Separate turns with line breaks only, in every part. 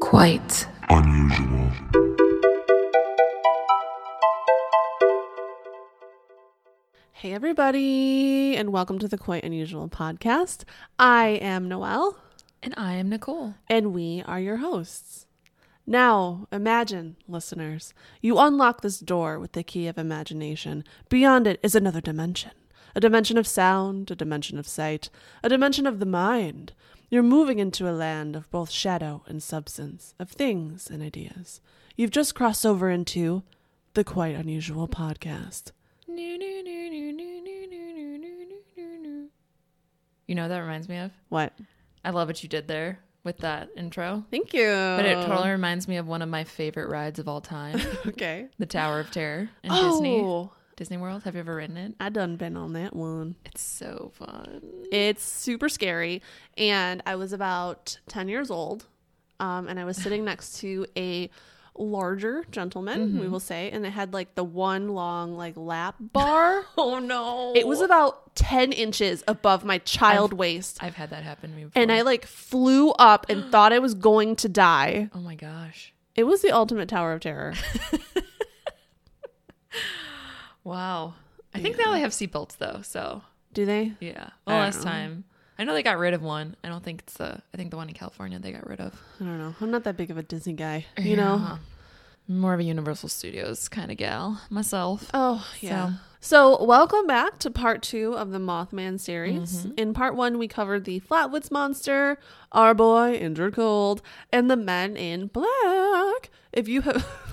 quite
unusual.
Hey, everybody, and welcome to the Quite Unusual podcast. I am Noelle,
and i am nicole
and we are your hosts. Now, imagine, listeners, you unlock this door with the key of imagination. Beyond it is another dimension a dimension of sound, a dimension of sight, a dimension of the mind. You're moving into a land of both shadow and substance, of things and ideas. You've just crossed over into the Quite Unusual podcast.
you know what that reminds me of
What?
i love what you did there with that intro
Thank you.
but it totally reminds me of one of my favorite rides of all time
Okay.
the tower of terror in
oh,
disney disney world have you ever ridden it
I done been on that one.
it's so fun
It's super scary. And I was about 10 years old. Um, and I was sitting next to a larger gentleman,
Mm-hmm.
we will say. And it had like the one long, like lap bar.
oh no
it was about 10 inches above my child waist.
i've had that happen to me before
And I like flew up and thought I was going to die.
oh my gosh
It was the ultimate Tower of Terror.
wow i think now they have seatbelts though so
Do they?
Yeah. Well, last time. I know they got rid of one. I don't think it's the. I think the one in California they got rid of.
I don't know. I'm not that big of a Disney guy, you know?
Yeah. More of a Universal Studios kind of gal myself.
Oh, yeah. So, welcome back to part two of the Mothman series.
Mm-hmm.
In part one, we covered the Flatwoods Monster, Our Boy, Injured Cold, and the Men in Black. If you have.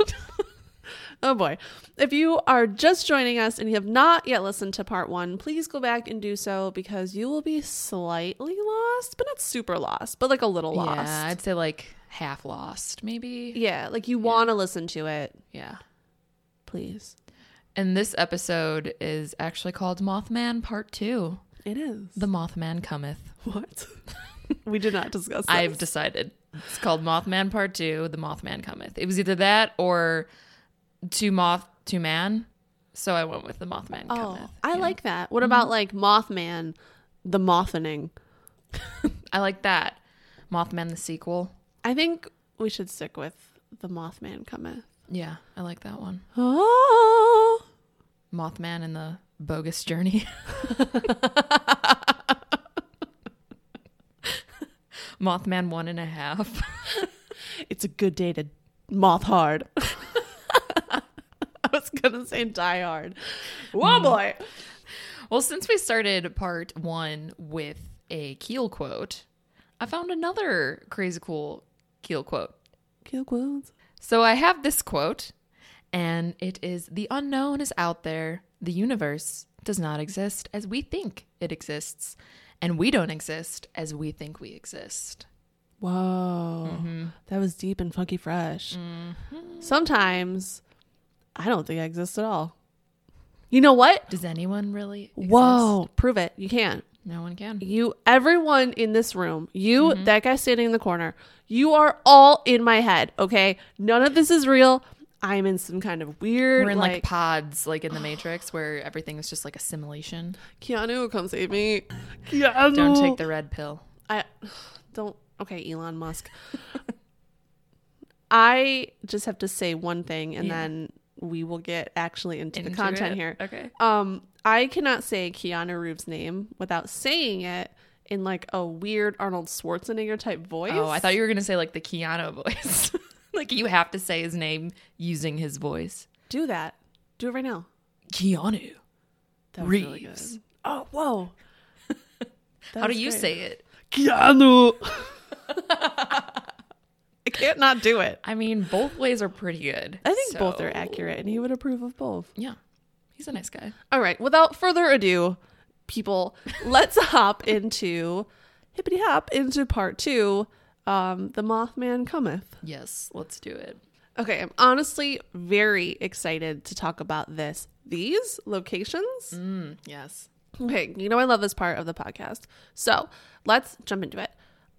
Oh boy. If you are just joining us and you have not yet listened to part one, please go back and do so because you will be slightly lost, but not super lost, but like a little lost.
Yeah, I'd say like half lost maybe.
Yeah, like you want to listen to it,
Yeah.
please.
And this episode is actually called Mothman Part Two.
It is.
The Mothman cometh.
what? we did not discuss that.
I've decided it's called Mothman Part Two. The Mothman cometh. It was either that or to moth to man. So I went with the Mothman cometh.
Oh, I like that. What about like Mothman, the Mothning?
I like that. Mothman the sequel.
I think we should stick with the Mothman cometh.
Yeah, I like that one.
Oh,
Mothman and the bogus journey. Mothman one and a half.
it's a good day to moth hard. I was gonna say die hard. Whoa, boy!
Well, since we started part one with a keel quote, I found another crazy cool keel quote.
Kill quills.
So I have this quote, and it is The unknown is out there. The universe does not exist as we think it exists, and we don't exist as we think we exist.
Whoa, that was deep and funky fresh. Sometimes I don't think I exist at all. You know what?
Does anyone really? Exist?
Whoa, prove it. You can't.
No one can.
You, everyone in this room, you,
Mm-hmm.
that guy standing in the corner, you are all in my head. Okay, none of this is real. I'm in some kind of weird.
We're in like,
like,
pods, like in the Matrix, where everything is just like a simulation.
Keanu, come save me. Keanu,
Don't take the red pill.
I don't. Okay, Elon Musk. I just have to say one thing, and
Yeah.
then we will get actually into, the
Into
content
it.
here.
Okay.
Um, I cannot say Keanu Reeves' name without saying it in like a weird Arnold Schwarzenegger type voice.
Oh, I thought you were gonna say like the Keanu voice. like you have to say his name using his voice.
do that. Do it right now.
Keanu.
That was really
Reeves.
good. Oh, whoa. That
How do
was
you
great.
say it?
Keanu? I can't not do it.
I mean, both ways are pretty good.
I think
so-
both are accurate, and he would approve of both.
Yeah, he's a nice guy.
All right, without further ado, people, let's hop into hippity hop into part two. Um, the Mothman cometh.
Yes, let's do it.
Okay, I'm honestly very excited to talk about this. These locations.
Mm, yes.
Okay, you know I love this part of the podcast. So let's jump into it.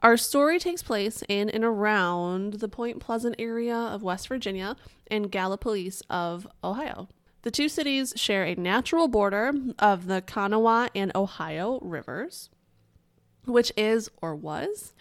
Our story takes place in and around the Point Pleasant area of West Virginia and Gallipolis of Ohio. The two cities share a natural border of the Kanawha and Ohio rivers, which is or was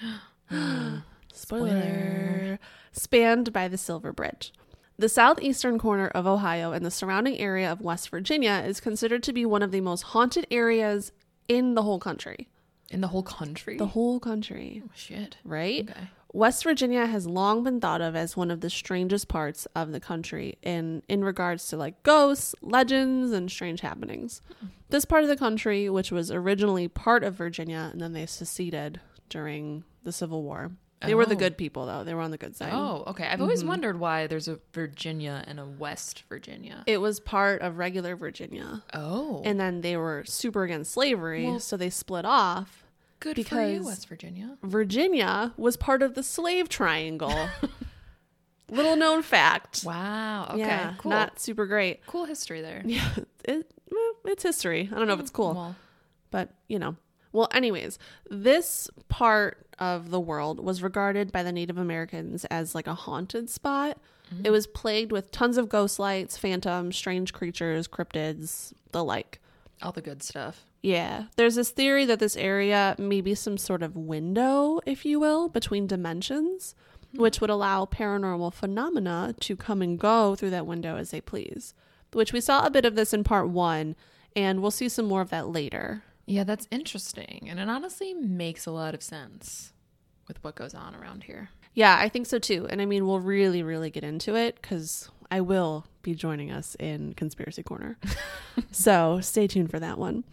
spoiler spanned by the Silver Bridge. The southeastern corner of Ohio and the surrounding area of West Virginia is considered to be one of the most haunted areas in the whole country.
In the whole country? Oh,
The whole country,
Shit.
right?
Okay.
West Virginia has long been thought of as one of the strangest parts of the country in, in regards to like ghosts, legends, and strange happenings. This part of the country, which was originally part of Virginia and then they seceded during the Civil War. They were the
Oh.
good people though. They were on the good side.
Oh, okay. I've
Mm-hmm.
always wondered why there's a Virginia and a West Virginia.
It was part of regular Virginia.
oh.
And then they were super against slavery, so they split off.
good for you,
because-
West Virginia.
Virginia was part of the slave triangle. Little known fact.
Wow. Okay.
yeah,
cool.
not super great.
cool history there.
Yeah, it, well, it's history. I don't know if it's cool,
Well,
but you know. Well, anyways, this part of the world was regarded by the Native Americans as like a haunted spot.
Mm-hmm.
It was plagued with tons of ghost lights, phantoms, strange creatures, cryptids, the like.
all the good stuff.
Yeah, there's this theory that this area may be some sort of window, if you will, between dimensions, which would allow paranormal phenomena to come and go through that window as they please. Which we saw a bit of this in part one, and we'll see some more of that later.
Yeah, that's interesting. And it honestly makes a lot of sense with what goes on around here.
Yeah, I think so too. And I mean, we'll really, really get into it because I will be joining us in Conspiracy Corner. so stay tuned for that one.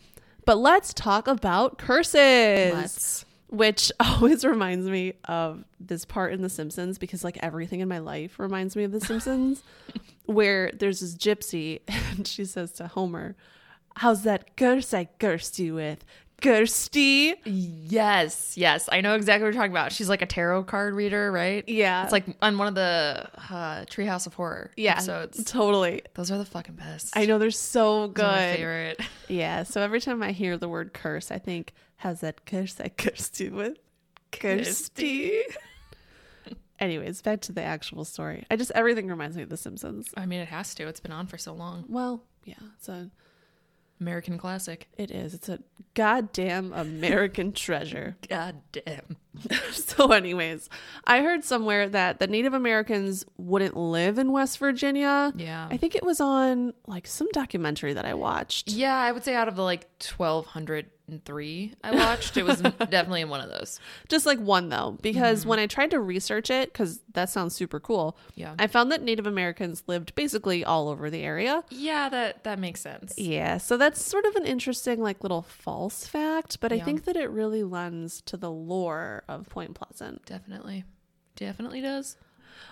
But let's talk about curses.
Let's.
which always reminds me of this part in The Simpsons because like everything in my life reminds me of The Simpsons, where there's this gypsy and she says to Homer, "How's that curse I cursed you with, Kirsty?"
Yes, yes. I know exactly what you're talking about. She's like a tarot card reader, right?
Yeah,
It's like on one of the uh, Treehouse of Horror
yeah,
episodes.
totally.
Those are the fucking best.
I know they're so
Those are My
good.
favorite.
Yeah, so every time I hear the word curse, I think, "How's that curse I cursed you with, Kirsty?" Anyways, back to the actual story. I just everything reminds me of The Simpsons.
I mean, it has to. It's been on for so long.
Well, yeah, it's a
American classic.
it is. It's a goddamn American treasure.
God damn.
So anyways, I heard somewhere that the Native Americans wouldn't live in West Virginia.
Yeah.
I think it was on like some documentary that I watched.
yeah, I would say out of the like 1,203 I watched, it was definitely in one of those.
Just like one though, because
Mm-hmm.
when I tried to research it cuz that sounds super cool,
Yeah.
I found that Native Americans lived basically all over the area.
Yeah, that, that makes sense.
Yeah, so that's sort of an interesting like little false fact, but I
Yeah.
think that it really lends to the lore of Point Pleasant.
Definitely. Definitely does.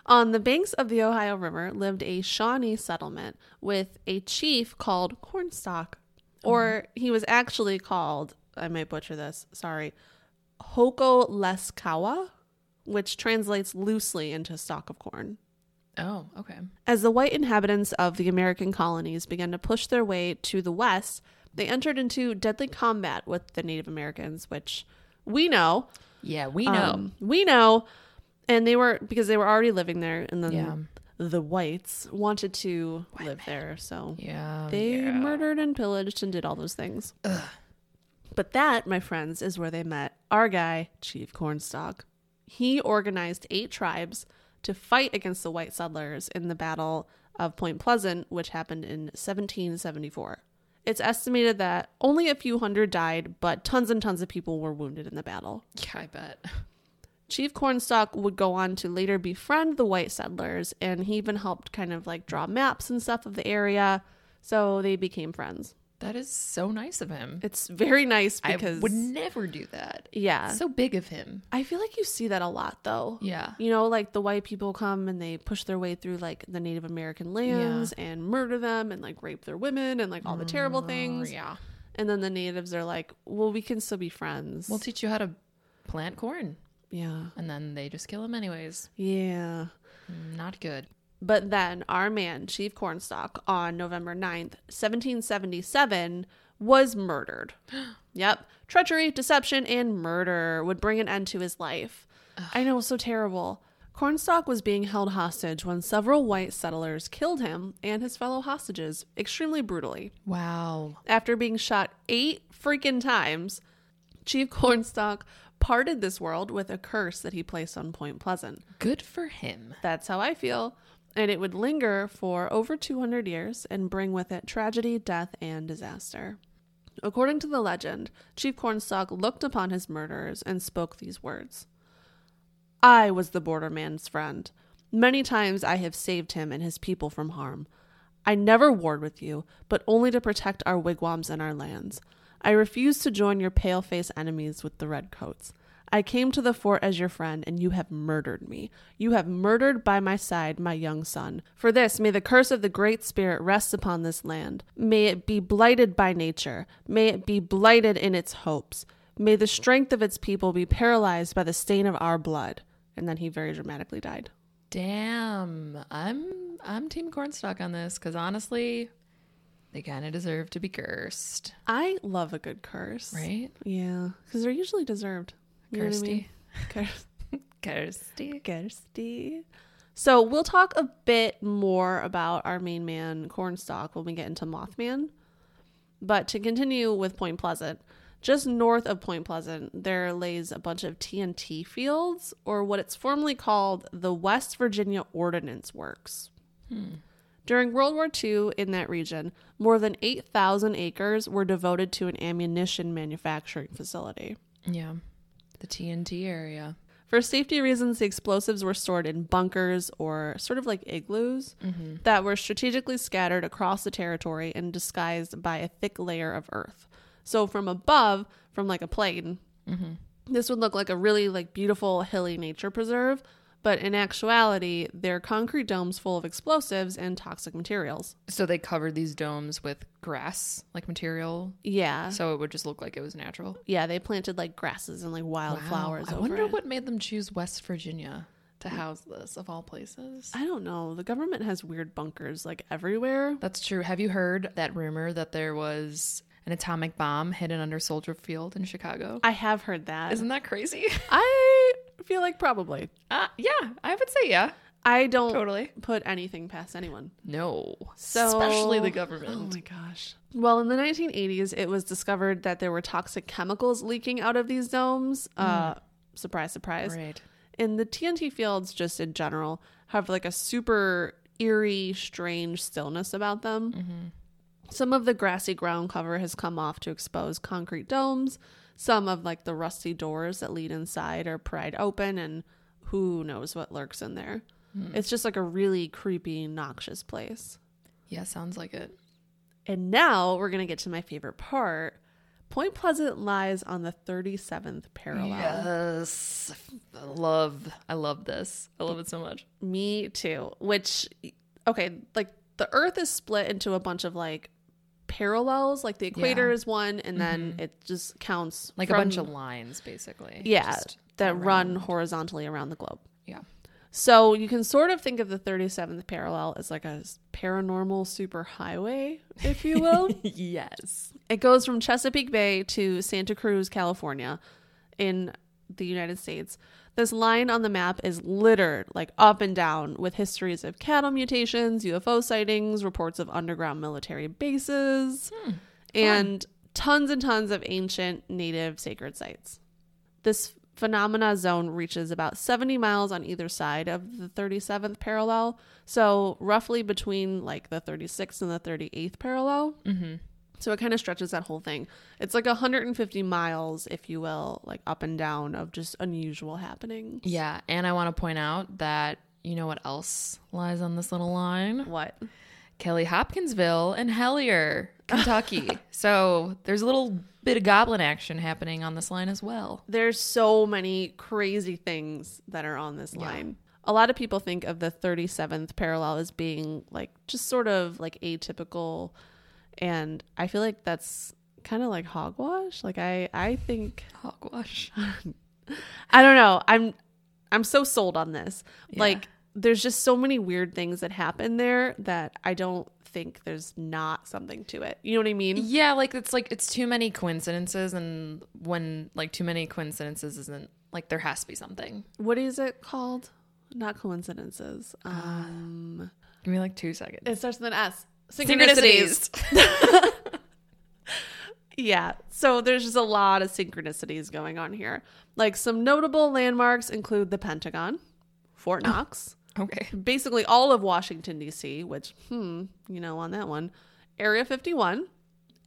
On the banks of the Ohio River lived a Shawnee settlement with a chief called Cornstalk, or he was actually called, I might butcher this, sorry, Hoko Leskawa, which translates loosely into stalk of corn.
Oh, okay.
As the white inhabitants of the American colonies began to push their way to the west, they entered into deadly combat with the Native Americans, which we know
Yeah, we know.
um, we know. And they were because they were already living there, and then
Yeah.
the whites wanted to live there, so
yeah.
they
yeah.
murdered and pillaged and did all those things. But that, my friends, is where they met our guy, Chief Cornstalk. He organized eight tribes to fight against the white settlers in the Battle of Point Pleasant, which happened in 1774. It's estimated that only a few hundred died, but tons and tons of people were wounded in the battle.
Yeah, I bet.
Chief Cornstalk would go on to later befriend the white settlers, and he even helped kind of like draw maps and stuff of the area. So they became friends.
That is so nice of him.
It's very nice
I
because,
would never do that.
yeah,
So big of him.
I feel like you see that a lot though.
Yeah.
You know, like the white people come and they push their way through like the Native American lands and murder them and like rape their women and like all the terrible things.
Oh, Yeah.
And then the natives are like, well, we can still be friends.
We'll teach you how to plant corn.
yeah.
And then they just kill him anyways. Mm,
Yeah.
Not good.
But then our man, Chief Cornstalk, on November 9th, 1777, was murdered. yep. Treachery, deception, and murder would bring an end to his life. I know, so terrible. Cornstalk was being held hostage when several white settlers killed him and his fellow hostages extremely brutally.
Wow.
After being shot eight freaking times, Chief Cornstalk parted this world with a curse that he placed on Point Pleasant.
Good for him.
That's how I feel. And it would linger for over 200 years and bring with it tragedy, death, and disaster. According to the legend, Chief Cornstalk looked upon his murderers and spoke these words I was the borderman's friend. Many times I have saved him and his people from harm. I never warred with you, but only to protect our wigwams and our lands. I refused to join your pale face enemies with the redcoats. I came to the fort as your friend, and you have murdered me. You have murdered by my side my young son. For this, may the curse of the Great Spirit rest upon this land. May it be blighted by nature. May it be blighted in its hopes. May the strength of its people be paralyzed by the stain of our blood. And then he very dramatically died.
Damn. I'm I'm team cornstalk on this cuz honestly, they kind of deserve to be cursed,
I love a good curse.
right?
Yeah, because they're usually deserved. You know what I mean?
Kirsty.
Curse.
Kirsty.
Kirsty. So we'll talk a bit more about our main man, Cornstalk, when we get into Mothman. But to continue with Point Pleasant, just north of Point Pleasant, there lays a bunch of TNT fields, or what it's formerly called the West Virginia Ordnance Works. During World War II in that region, more than 8,000 acres were devoted to an ammunition manufacturing facility.
Yeah. The TNT area.
For safety reasons, the explosives were stored in bunkers or sort of like igloos
Mm-hmm.
that were strategically scattered across the territory and disguised by a thick layer of earth. So from above, from like a plane,
Mm-hmm.
this would look like a really like beautiful hilly nature preserve, but in actuality, they're concrete domes full of explosives and toxic materials.
So they covered these domes with grass like material
Yeah.
so it would just look like it was natural.
Yeah, they planted like grasses and like wildflowers
I
over
wonder
it.
what made them choose West Virginia to house this of all places.
I don't know. The government has weird bunkers like everywhere.
That's true. Have you heard that rumor that there was an atomic bomb hidden under Soldier Field in Chicago?
I have heard that.
Isn't that crazy?
I feel like probably.
Uh, yeah, I would say yeah.
I don't
Totally.
put anything past anyone.
No.
So
Especially the
Oh
government.
my gosh. Well, in the 1980s, it was discovered that there were toxic chemicals leaking out of these domes. Uh, surprise, surprise.
right.
In the TNT fields, just in general, have like a super eerie, strange stillness about them. Some of the grassy ground cover has come off to expose concrete domes. Some of like the rusty doors that lead inside are pried open, and who knows what lurks in there. It's just like a really creepy, noxious place.
Yeah, sounds like it.
And now we're gonna get to my favorite part. Point Pleasant lies on the 37th parallel.
Yes. I love I love this. I love it so much.
Me too. Which, okay, like the Earth is split into a bunch of like parallels. Like the equator
Yeah. Mm-hmm.
is one, and then it just counts
Like a
from-
bunch of lines basically.
yeah
Just-
that run horizontally around the globe.
yeah.
So you can sort of think of the 37th parallel as like a s- paranormal superhighway, if you will.
yes.
it goes from Chesapeake Bay to Santa Cruz, California, in the United States. This line on the map is littered, like up and down, with histories of cattle mutations, UFO sightings, reports of underground military bases, and tons and tons of ancient native sacred sites. This phenomena zone reaches about 70 miles on either side of the 37th parallel, so roughly between like the 36th and the 38th parallel. So it kind of stretches that whole thing. It's like 150 miles, if you will, like up and down of just unusual happening.
Yeah, and I want to point out that you know what else lies on this little line?
What?
Kelly Hopkinsville and Hellier, Kentucky. so there's a little bit of goblin action happening on this line as well.
There's so many crazy things that are on this line. A lot of people think of the 37th parallel as being like just sort of like atypical and I feel like that's kind of like hogwash. Like I I think
Oh, Hogwash.
I don't know. I'm I'm so sold on this.
Yeah.
Like there's just so many weird things that happen there that I don't think there's not something to it. You know what I mean?
Yeah, like it's like it's too many coincidences, and when like too many coincidences isn't like there has to be something.
What is it called? Not coincidences. Um
Give me like two seconds.
it starts with an S.
Synchronicities.
Yeah. So there's just a lot of synchronicities going on here. Like some notable landmarks include the Pentagon, Fort Knox,
Okay.
basically all of Washington, D.C., which, hmm, you know, on that one, Area 51,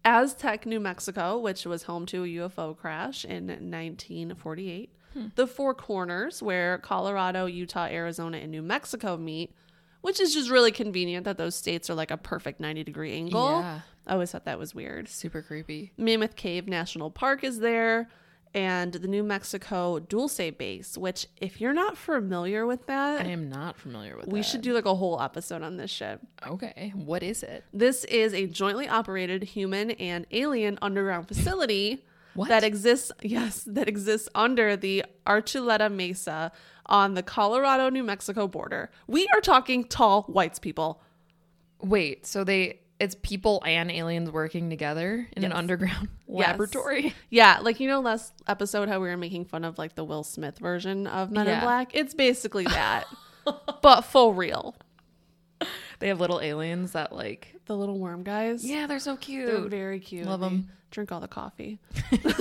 Aztec, New Mexico, which was home to a UFO crash in 1948,
Hmm.
the Four Corners, where Colorado, Utah, Arizona, and New Mexico meet, which is just really convenient that those states are like a perfect 90 degree angle.
Yeah.
I always thought that was weird.
Super creepy.
Mammoth Cave National Park is there, and the New Mexico Dulce Base, which, if you're not familiar with
I
that,
am not familiar with
we
that.
should do like a whole episode on this shit.
Okay. What is it?
This is a jointly operated human and alien underground facility
What?
that exists, yes, that exists under the Archuleta Mesa on the Colorado New Mexico border. We are talking tall whites people.
Wait, so they it's people and aliens working together in an
Yes.
underground
Yes.
laboratory.
Yeah, like you know last episode how we were making fun of like the Will Smith version of Men in
Yeah.
Black? It's basically that. but for real.
They have little aliens that like
The little worm guys.
Yeah, they're so
They're
cute.
very cute.
Love
They
'em.
Drink all the coffee.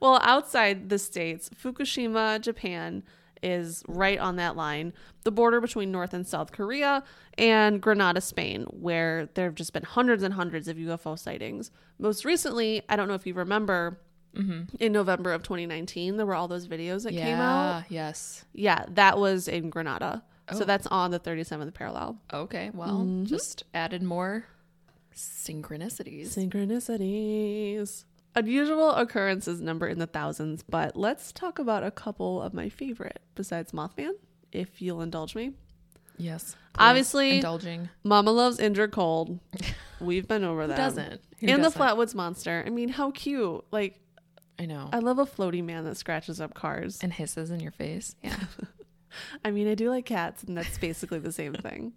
well, outside the states, Fukushima, Japan is right on that line, the border between North and South Korea, and Granada, Spain, where there have just been hundreds and hundreds of UFO sightings. Most recently, I don't know if you remember, in November of 2019, there were all those videos that came out.
Mm-hmm. Yeah, Oh. yes.
Yeah, that was in Granada. So that's on the 37th parallel.
Okay, well, just added more synchronicities.
Synchronicities. Unusual occurrences number in the thousands, but let's talk about a couple of my favorite besides Mothman, if you'll indulge me.
Yes. please.
Obviously,
indulging.
Mama loves Indra Cold. We've been over that.
doesn't? Who doesn't?
and the Flatwoods Monster. I mean, how cute. Like,
I know.
I love a floaty man that scratches up cars.
and hisses in your face. Yeah.
I mean, I do like cats, and that's basically the same thing.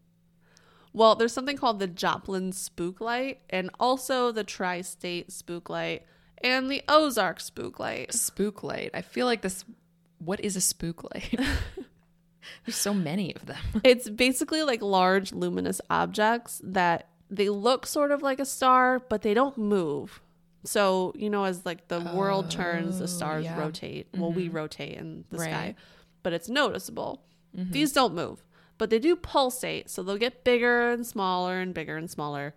Well, there's something called the Joplin Spook Light, and also the Tri State Spook Light, and the Ozark Spook Light.
spook light. I feel like this what is a spook light? There's so many of them.
It's basically like large luminous objects that they look sort of like a star, but they don't move. So, you know, as like the world turns, the stars
Oh, yeah. Mm-hmm.
rotate. Well, we rotate in the sky,
Right. Mm-hmm.
but it's noticeable. These don't move, but they do pulsate. So they'll get bigger and smaller and bigger and smaller.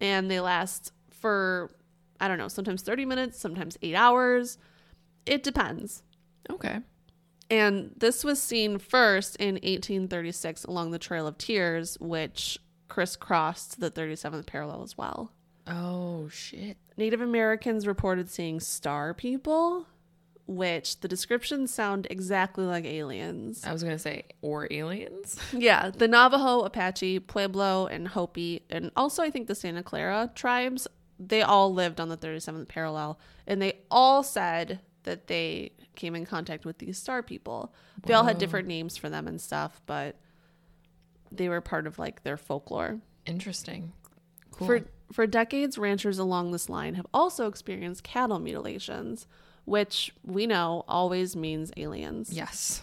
And they last for, I don't know, sometimes 30 minutes, sometimes eight hours. It depends.
Okay.
And this was seen first in 1836 along the Trail of Tears, which crisscrossed the 37th parallel as well.
Oh shit.
Native Americans reported seeing star people, which the descriptions sound exactly like aliens.
I was gonna say or aliens.
Yeah, the Navajo, Apache, Pueblo, and Hopi, and also I think the Santa Clara tribes, they all lived on the 37th parallel, and they all said that they came in contact with these star people. They all had different names for them and stuff, but they were part of like their folklore.
Interesting. Cool.
For for decades, ranchers along this line have also experienced cattle mutilations, which we know always means aliens.
yes.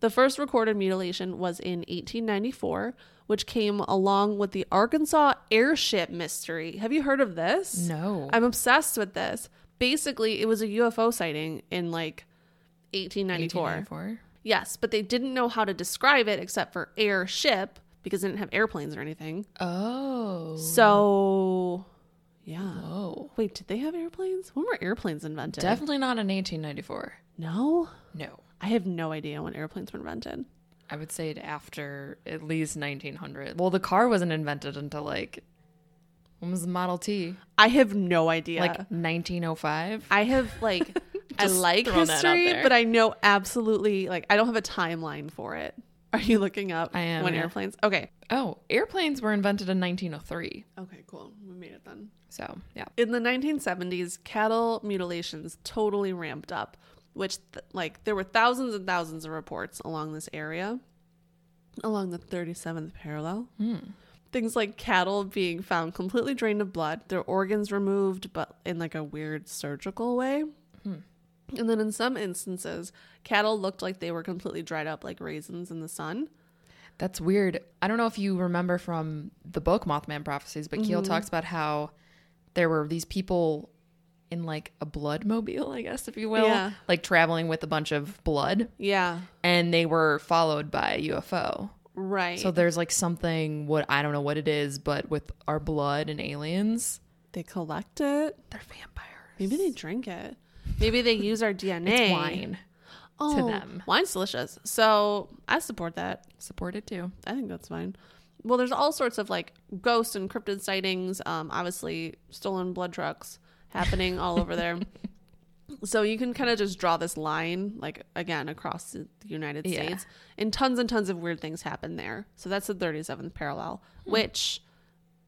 The first recorded mutilation was in 1894, which came along with the Arkansas airship mystery. Have you heard of this?
No.
I'm obsessed with this. Basically, it was a UFO sighting in like 1894.
1894.
Yes, but they didn't know how to describe it except for airship because they didn't have airplanes or anything.
Oh.
So, yeah.
Whoa.
Wait, did they have airplanes? When were airplanes invented?
Definitely not in 1894.
no.
No.
I have no idea when airplanes were invented.
I would say it after at least 1900. Well, the car wasn't invented until like when was the Model T?
I have no idea.
Like 1905.
I have like I
Just
like
throwing that out
history,
there.
but I know absolutely like I don't have a timeline for it. Are you looking up
I am,
when
yeah.
airplanes? Okay.
Oh, airplanes were invented in 1903.
Okay, cool. We made it then.
So, yeah.
In the 1970s, cattle mutilations totally ramped up, which th- like there were thousands and thousands of reports along this area along the 37th parallel.
Hmm.
Things like cattle being found completely drained of blood, their organs removed, but in like a weird surgical way.
Hmm.
And then in some instances, cattle looked like they were completely dried up like raisins in the sun.
That's weird. I don't know if you remember from the book Mothman Prophecies, but Keel talks about how there were these people in like a blood mobile, I guess, if you will,
Yeah.
like traveling with a bunch of blood,
Yeah.
and they were followed by a UFO.
Right.
So there's like something what I don't know what it is, but with our blood and aliens,
they collect it.
they're vampires.
Maybe they drink it. Maybe they use our DNA.
It's wine.
oh,
them.
Wine's delicious. So I support that.
Support it too.
I think that's fine. Well, there's all sorts of like ghost and cryptid sightings. Um, obviously, stolen blood trucks happening all over there. So you can kind of just draw this line, like again across the United
Yeah.
States, and tons and tons of weird things happen there. So that's the 37th parallel,
Hmm.
which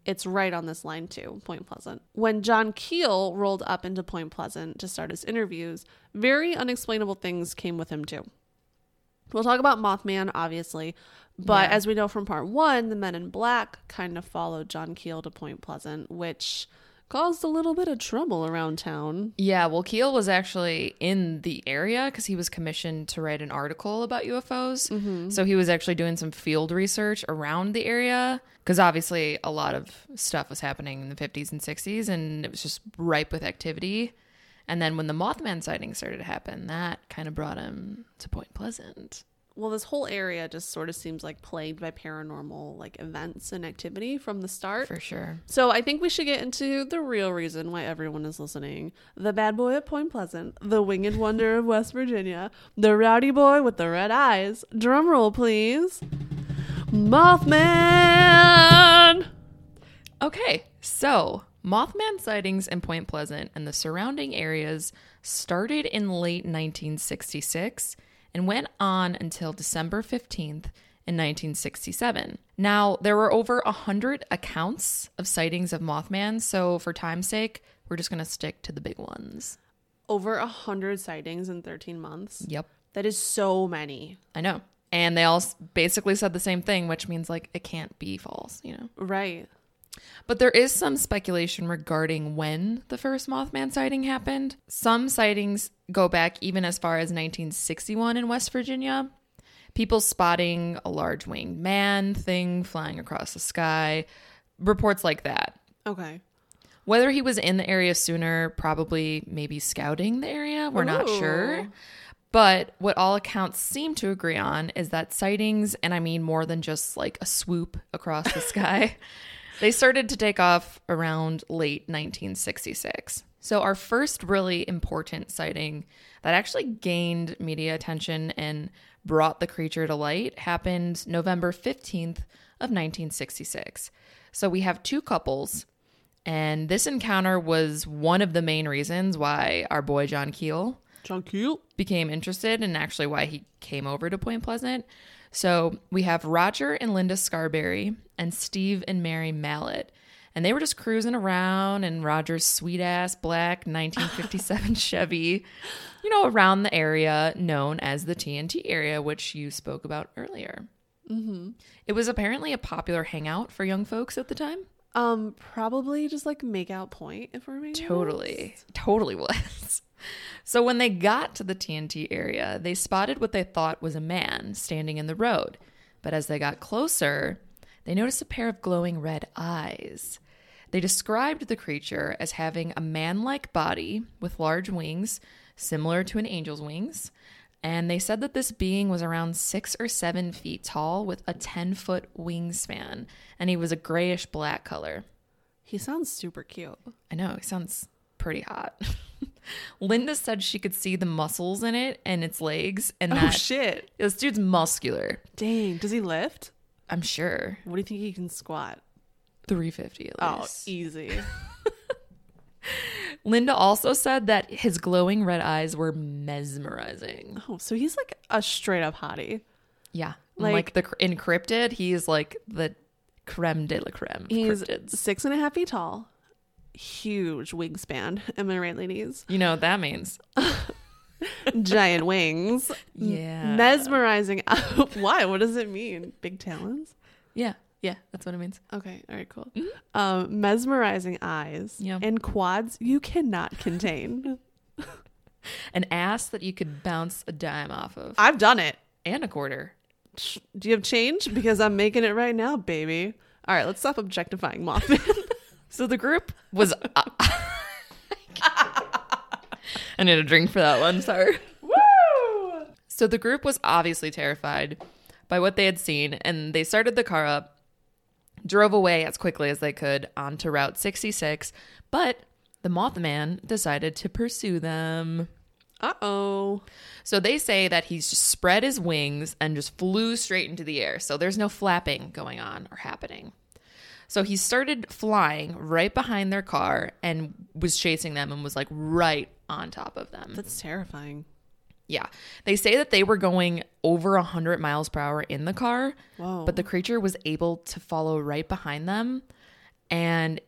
it's right on this line too, Point Pleasant. When John Keel rolled up into Point Pleasant to start his interviews, very unexplainable things came with him too. We'll talk about Mothman, obviously, but
Yeah.
as we know from part one, the men in black kind of followed John Keel to Point Pleasant, which caused a little bit of trouble around town.
Yeah, well, Keel was actually in the area because he was commissioned to write an article about UFOs. So he was actually doing some field research around the area because obviously a lot of stuff was happening in the 50s and 60s and it was just ripe with activity. And then when the Mothman sighting started to happen, that kind of brought him to Point Pleasant.
Well, this whole area just sort of seems like plagued by paranormal like events and activity from the start.
For sure.
So I think we should get into the real reason why everyone is listening. The bad boy at Point Pleasant, the winged wonder of West Virginia, the rowdy boy with the red eyes. Drum roll, please. Mothman!
Okay, so Mothman sightings in Point Pleasant and the surrounding areas started in late 1966 and went on until December 15th. In 1967. Now, there were over 100 accounts of sightings of Mothman, so for time's sake, we're just gonna stick to the big ones.
Over a hundred sightings in 13 months.
Yep.
That is so many.
I know. And they all s- basically said the same thing, which means like it can't be false, you know?
Right.
But there is some speculation regarding when the first Mothman sighting happened. Some sightings go back even as far as 1961 in West Virginia. People spotting a large winged man thing flying across the sky, reports like that.
Okay.
Whether he was in the area sooner, probably maybe scouting the area, we're not
Ooh.
sure. But what all accounts seem to agree on is that sightings, and I mean more than just like a swoop across the sky, they started to take off around late 1966. So, our first really important sighting that actually gained media attention and brought the creature to light happened November 15th of 1966. So, we have two couples and this encounter was one of the main reasons why our boy John Keel
John Keel.
became interested and actually why he came over to Point Pleasant. So we have Roger and Linda Scarberry and Steve and Mary Mallet. And they were just cruising around in Roger's sweet ass black 1957 Chevy, you know, around the area known as the TNT area, which you spoke about earlier.
Mm-hmm.
It was apparently a popular hangout for young folks at the time.
Um, probably just like make out point if we're making
Totally. Totally was. So when they got to the TNT area, they spotted what they thought was a man standing in the road. But as they got closer, they noticed a pair of glowing red eyes. They described the creature as having a man like body with large wings, similar to an angel's wings. And they said that this being was around six or seven feet tall with a 10 foot wingspan. And he was a grayish black color.
He sounds super cute.
I know, it sounds pretty hot. Linda said she could see the muscles in it and its legs, and
Oh
that
shit.
this dude's muscular.
Dang. Does he lift?
I'm sure.
What do you think he can squat?
350 at
Oh,
least.
easy.
Linda also said that his glowing red eyes were mesmerizing.
Oh, so he's like a straight up hottie.
Yeah.
Like-
Like, the cr- encrypted, he's like the creme de la creme. of
He's
cryptids.
six and a half feet tall, huge wingspan. Am I right, ladies?
You know what that means.
Giant wings,
Yeah.
mesmerizing. Why? What does it mean? Big talons.
yeah. Yeah. That's what it means.
Okay, all right, cool.
Mm-hmm.
Um, mesmerizing eyes
Yeah.
and quads you cannot contain.
An ass that you could bounce a dime off of
I've done it.
and a quarter.
Sh- Do you have change? Because I'm making it right now, baby. All right, let's
uh,
stop objectifying Mothman.
So the group was. I need a drink for that one, sir. Woo! So the group was obviously terrified by what they had seen, and they started the car up, drove away as quickly as they could onto Route 66, but the Mothman decided to pursue them.
Uh oh.
So they say that he's just spread his wings and just flew straight into the air. So there's no flapping going on or happening. So he started flying right behind their car and was chasing them and was like right on top of them.
That's terrifying.
Yeah. They say that they were going over 100 miles per hour in the car,
Whoa.
but the creature was able to follow right behind them. And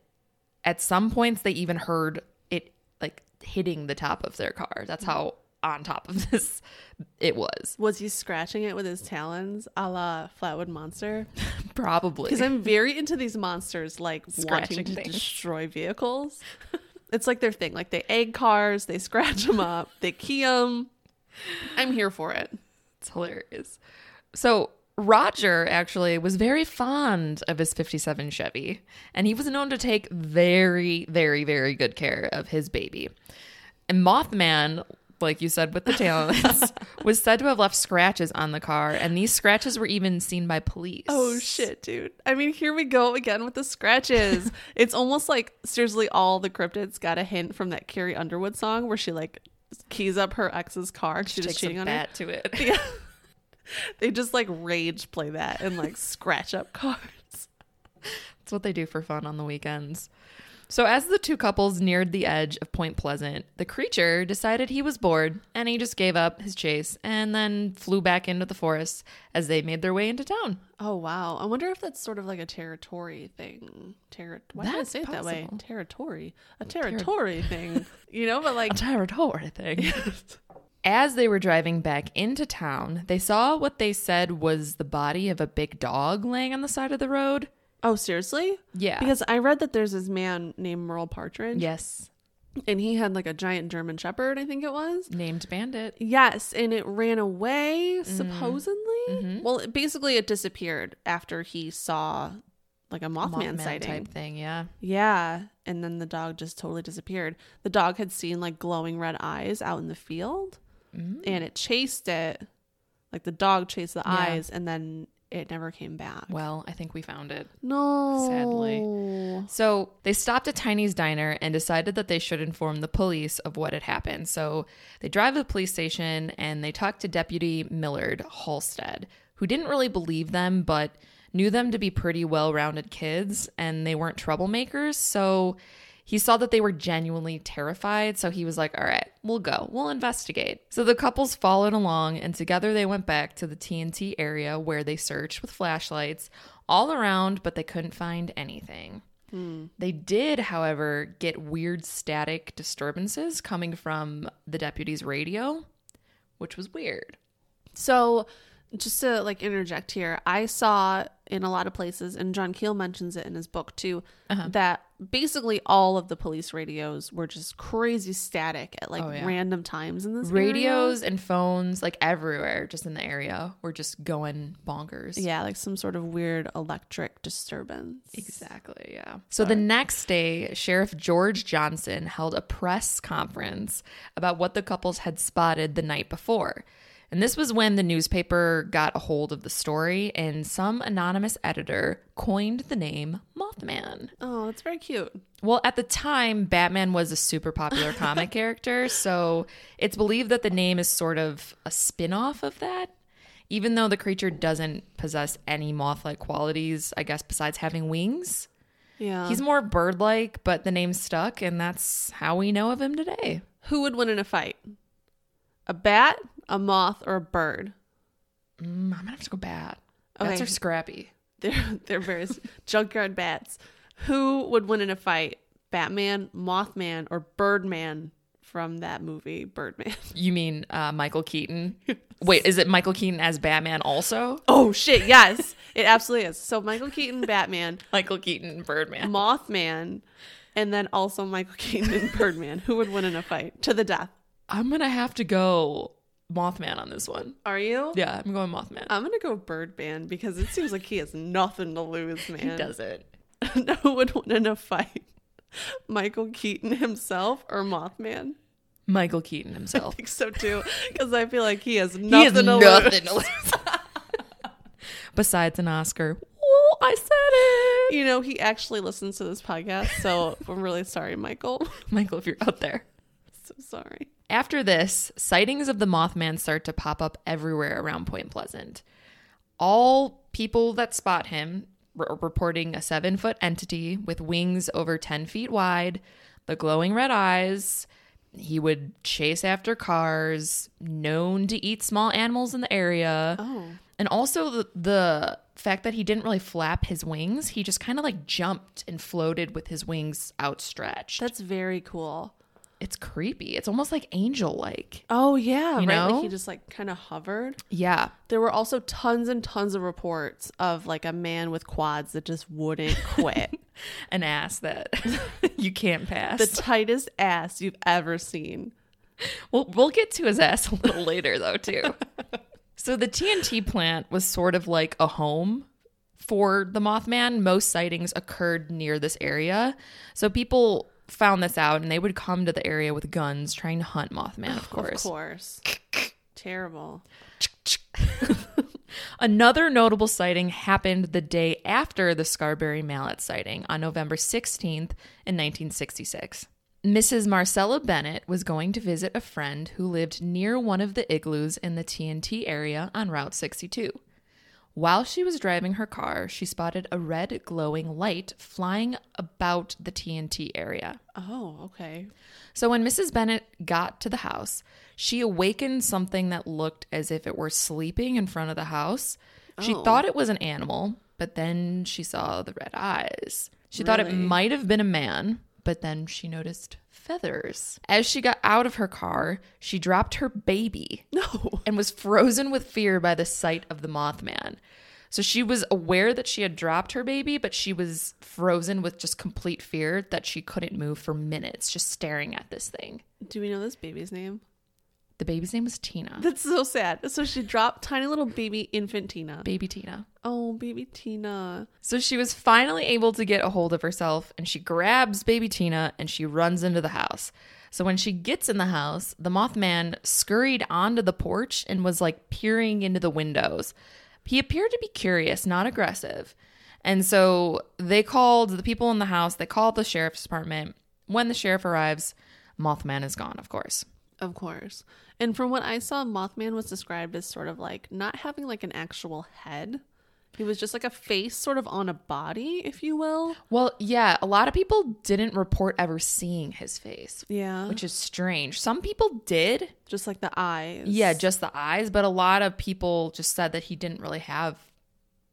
at some points, they even heard it like hitting the top of their car. That's how on top of this it was.
was he scratching it with his talons a la Flatwood Monster?
Probably.
Because I'm very into these monsters like
Scratching
wanting to
things.
destroy vehicles. It's like their thing. Like they egg cars, they scratch them up, they key them. I'm here for it.
It's hilarious. So Roger actually was very fond of his 57 Chevy, and he was known to take very, very, very good care of his baby. And Mothman, like you said, with the talons, was said to have left scratches on the car, and these scratches were even seen by police.
Oh shit, dude. I mean, here we go again with the scratches. it's almost like seriously all the cryptids got a hint from that Carrie Underwood song where she like keys up her ex's car. She
Takes
just cheating
a
on her.
bat to it.
Yeah. they just like rage play that and like scratch up cards.
That's what they do for fun on the weekends. So, as the two couples neared the edge of Point Pleasant, the creature decided he was bored and he just gave up his chase and then flew back into the forest as they made their way into town.
Oh wow. I wonder if that's sort of like a territory thing. Terri- Why did I
That's
say it that way?
possible.
Territory. A territory thing. You know, but like
tired whore thing. As they were driving back into town, they saw what they said was the body of a big dog laying on the side of the road.
Oh, seriously?
Yeah.
Because I read that there's this man named Merle Partridge.
yes,
and he had like a giant German Shepherd, I think it was.
named Bandit.
Yes, and it ran away
Mm-hmm.
supposedly. Well, it, basically, it disappeared after he saw like a Mothman, sighting.
type thing, yeah.
Yeah, and then the dog just totally disappeared. The dog had seen like glowing red eyes out in the field,
Mm.
and it chased it. Like the dog chased the eyes, and then it never came back.
Well, I think we found it.
No,
Sadly. So they stopped at Tiny's diner and decided that they should inform the police of what had happened. So they drive to the police station and they talk to Deputy Millard Halstead, who didn't really believe them, but knew them to be pretty well rounded kids and they weren't troublemakers. So he saw that they were genuinely terrified. So he was like, all right, we'll go, we'll investigate. So the couples followed along and together they went back to the TNT area where they searched with flashlights all around, but they couldn't find anything. They did, however, get weird static disturbances coming from the deputy's radio, which was weird.
So, just to like interject here, I saw in a lot of places, and John Keel mentions it in his book too,
Uh-huh.
that basically all of the police radios were just crazy static at like
Oh, yeah.
random times in this area.
Radios and phones, like everywhere, just in the area, were just going bonkers.
Yeah, like some sort of weird electric disturbance.
Exactly, yeah. So the next day, Sheriff George Johnson held a press conference about what the couples had spotted the night before. And this was when the newspaper got a hold of the story, and some anonymous editor coined the name Mothman.
Oh, that's very cute.
Well, at the time, Batman was a super popular comic character, so it's believed that the name is sort of a spin off of that. Even though the creature doesn't possess any moth like qualities, I guess, besides having wings,
Yeah.
he's more bird like, but the name stuck, and that's how we know of him today.
Who would win in a fight? A bat, a moth, or a bird?
Mm, I'm gonna have to go bat. Bats
Okay.
are scrappy.
They're they're various junkyard bats. Who would win in a fight? Batman, Mothman, or Birdman from that movie Birdman?
You mean uh, Michael Keaton? Wait, is it Michael Keaton as Batman also?
Oh shit, yes. It absolutely is. So Michael Keaton, Batman,
Michael Keaton, Birdman.
Mothman, and then also Michael Keaton and Birdman. Who would win in a fight? To the death.
I'm gonna have to go Mothman on this one.
Are you?
Yeah, I'm going Mothman.
I'm gonna go Birdman because it seems like he has nothing to lose, man.
he doesn't.
no one would win in a fight. Michael Keaton himself or Mothman?
Michael Keaton himself.
think so too, because I feel like he has
he has
nothing to lose.
nothing to lose. Besides an Oscar. Ooh, I said it.
You know, he actually listens to this podcast, so I'm really sorry, Michael.
Michael, if you're out there.
so sorry.
After this, sightings of the Mothman start to pop up everywhere around Point Pleasant. All people that spot him are reporting a seven foot entity with wings over 10 feet wide, the glowing red eyes. He would chase after cars, known to eat small animals in the area.
Oh.
And also the, the fact that he didn't really flap his wings, he just kind of like jumped and floated with his wings outstretched.
That's very cool.
it's creepy. It's almost like angel like.
Oh yeah,
You
right.
know?
Like he just like kind of hovered.
Yeah.
There were also tons and tons of reports of like a man with quads that just wouldn't quit.
an ass that you can't pass.
the tightest ass you've ever seen.
we'll, we'll get to his ass a little later, though, too. so the TNT plant was sort of like a home for the Mothman. Most sightings occurred near this area. So people found this out and they would come to the area with guns trying to hunt Mothman, of
Of
course.
course. Terrible.
Another notable sighting happened the day after the Scarberry Mallet sighting on November 16th in 1966. Mrs. Marcella Bennett was going to visit a friend who lived near one of the igloos in the TNT area on Route 62. While she was driving her car, she spotted a red glowing light flying about the TNT area.
Oh, okay.
So when Mrs. Bennett got to the house, she awakened something that looked as if it were sleeping in front of the house. She thought it was an animal, but then she saw the red eyes. She thought it
Really?
might have been a man, but then she noticed feathers. As she got out of her car, she dropped her baby
No.
and was frozen with fear by the sight of the Mothman. So she was aware that she had dropped her baby, but she was frozen with just complete fear that she couldn't move for minutes, just staring at this thing.
Do we know this baby's name?
The baby's name was Tina.
That's so sad. So she dropped tiny little baby infant Tina.
Baby Tina.
Oh, baby Tina.
So she was finally able to get a hold of herself and she grabs baby Tina and she runs into the house. So when she gets in the house, the Mothman scurried onto the porch and was like peering into the windows. He appeared to be curious, not aggressive. And so they called the people in the house, they called the sheriff's department. When the sheriff arrives, Mothman is gone, of course.
Of course. And from what I saw, Mothman was described as sort of like not having like an actual head. He was just like a face sort of on a body, if you will.
Well, yeah, a lot of people didn't report ever seeing his face,
Yeah.
which is strange. Some people did,
just like the eyes.
Yeah, just the eyes. But a lot of people just said that he didn't really have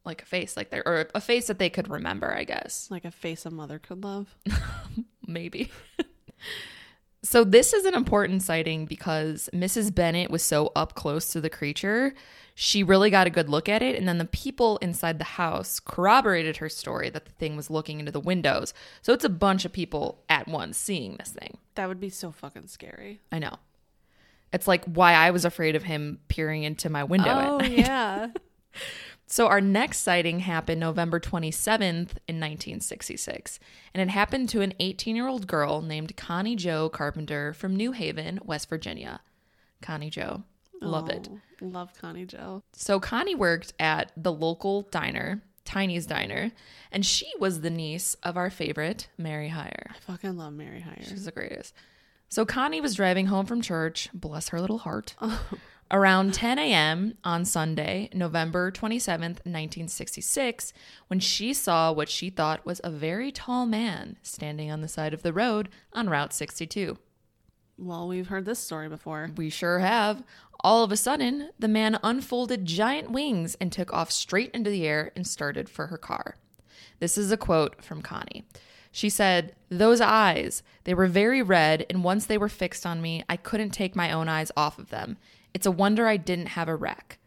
like a face like there or a face that they could remember, I guess.
like a face a mother could love.
Maybe. so this is an important sighting because Mrs. Bennett was so up close to the creature. She really got a good look at it and then the people inside the house corroborated her story that the thing was looking into the windows. So it's a bunch of people at once seeing this thing.
That would be so fucking scary.
I know. It's like why I was afraid of him peering into my window at
Oh,
night.
yeah.
So our next sighting happened November 27th in 1966, and it happened to an 18-year-old girl named Connie Joe Carpenter from New Haven, West Virginia. Connie Joe, love
Oh.
it.
Love Connie Joe.
So Connie worked at the local diner, Tiny's Diner, and she was the niece of our favorite Mary Heyer.
I fucking love Mary Heyer.
She's the greatest. So Connie was driving home from church, bless her little heart, around 10 a.m. on Sunday, November 27th, 1966, when she saw what she thought was a very tall man standing on the side of the road on Route 62.
Well, we've heard this story before.
We sure have. All of a sudden, the man unfolded giant wings and took off straight into the air and started for her car. This is a quote from Connie. She said, Those eyes, they were very red, and once they were fixed on me, I couldn't take my own eyes off of them. It's a wonder I didn't have a wreck.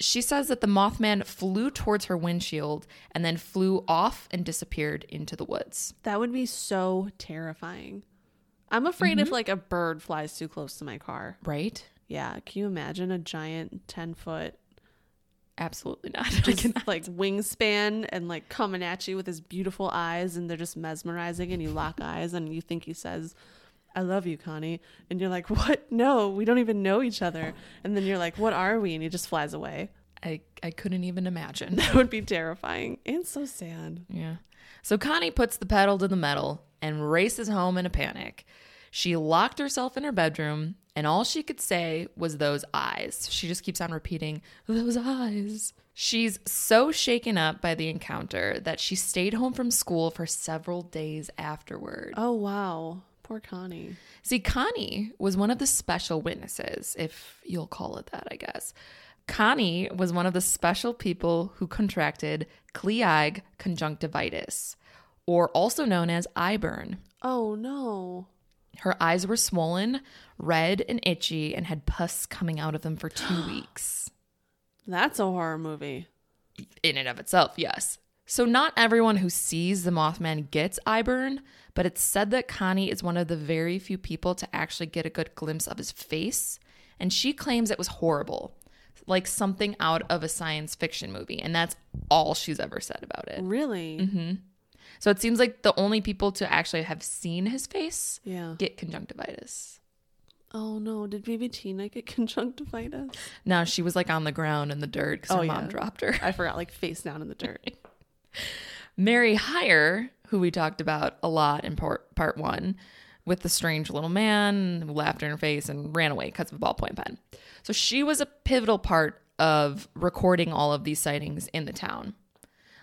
She says that the Mothman flew towards her windshield and then flew off and disappeared into the woods.
That would be so terrifying. I'm afraid if like a bird flies too close to my car.
Right?
Yeah. Can you imagine a giant 10 foot
Absolutely not. I cannot.
like wingspan and like coming at you with his beautiful eyes and they're just mesmerizing and you lock eyes and you think he says, I love you, Connie. And you're like, what? No, we don't even know each other. And then you're like, what are we? And he just flies away.
I, I couldn't even imagine.
That would be terrifying and so sad.
Yeah. So Connie puts the pedal to the metal and races home in a panic. She locked herself in her bedroom, and all she could say was those eyes. She just keeps on repeating, those eyes. She's so shaken up by the encounter that she stayed home from school for several days afterward.
Oh, wow. Poor Connie.
See, Connie was one of the special witnesses, if you'll call it that, I guess. Connie was one of the special people who contracted Cleag conjunctivitis, or also known as eye burn.
Oh, no.
Her eyes were swollen, red, and itchy, and had pus coming out of them for two weeks.
That's a horror movie.
In and of itself, yes. So, not everyone who sees the Mothman gets eye burn, but it's said that Connie is one of the very few people to actually get a good glimpse of his face, and she claims it was horrible, like something out of a science fiction movie, and that's all she's ever said about it.
Really?
Mm-hmm. So, it seems like the only people to actually have seen his face
Yeah.
get conjunctivitis.
Oh, no. Did baby Tina get conjunctivitis?
Now, she was like on the ground in the dirt because her
Oh,
mom
yeah.
dropped her.
I forgot, like face down in the dirt.
Mary Heyer, who we talked about a lot in part, part one, with the strange little man who laughed in her face and ran away because of a ballpoint pen. So she was a pivotal part of recording all of these sightings in the town.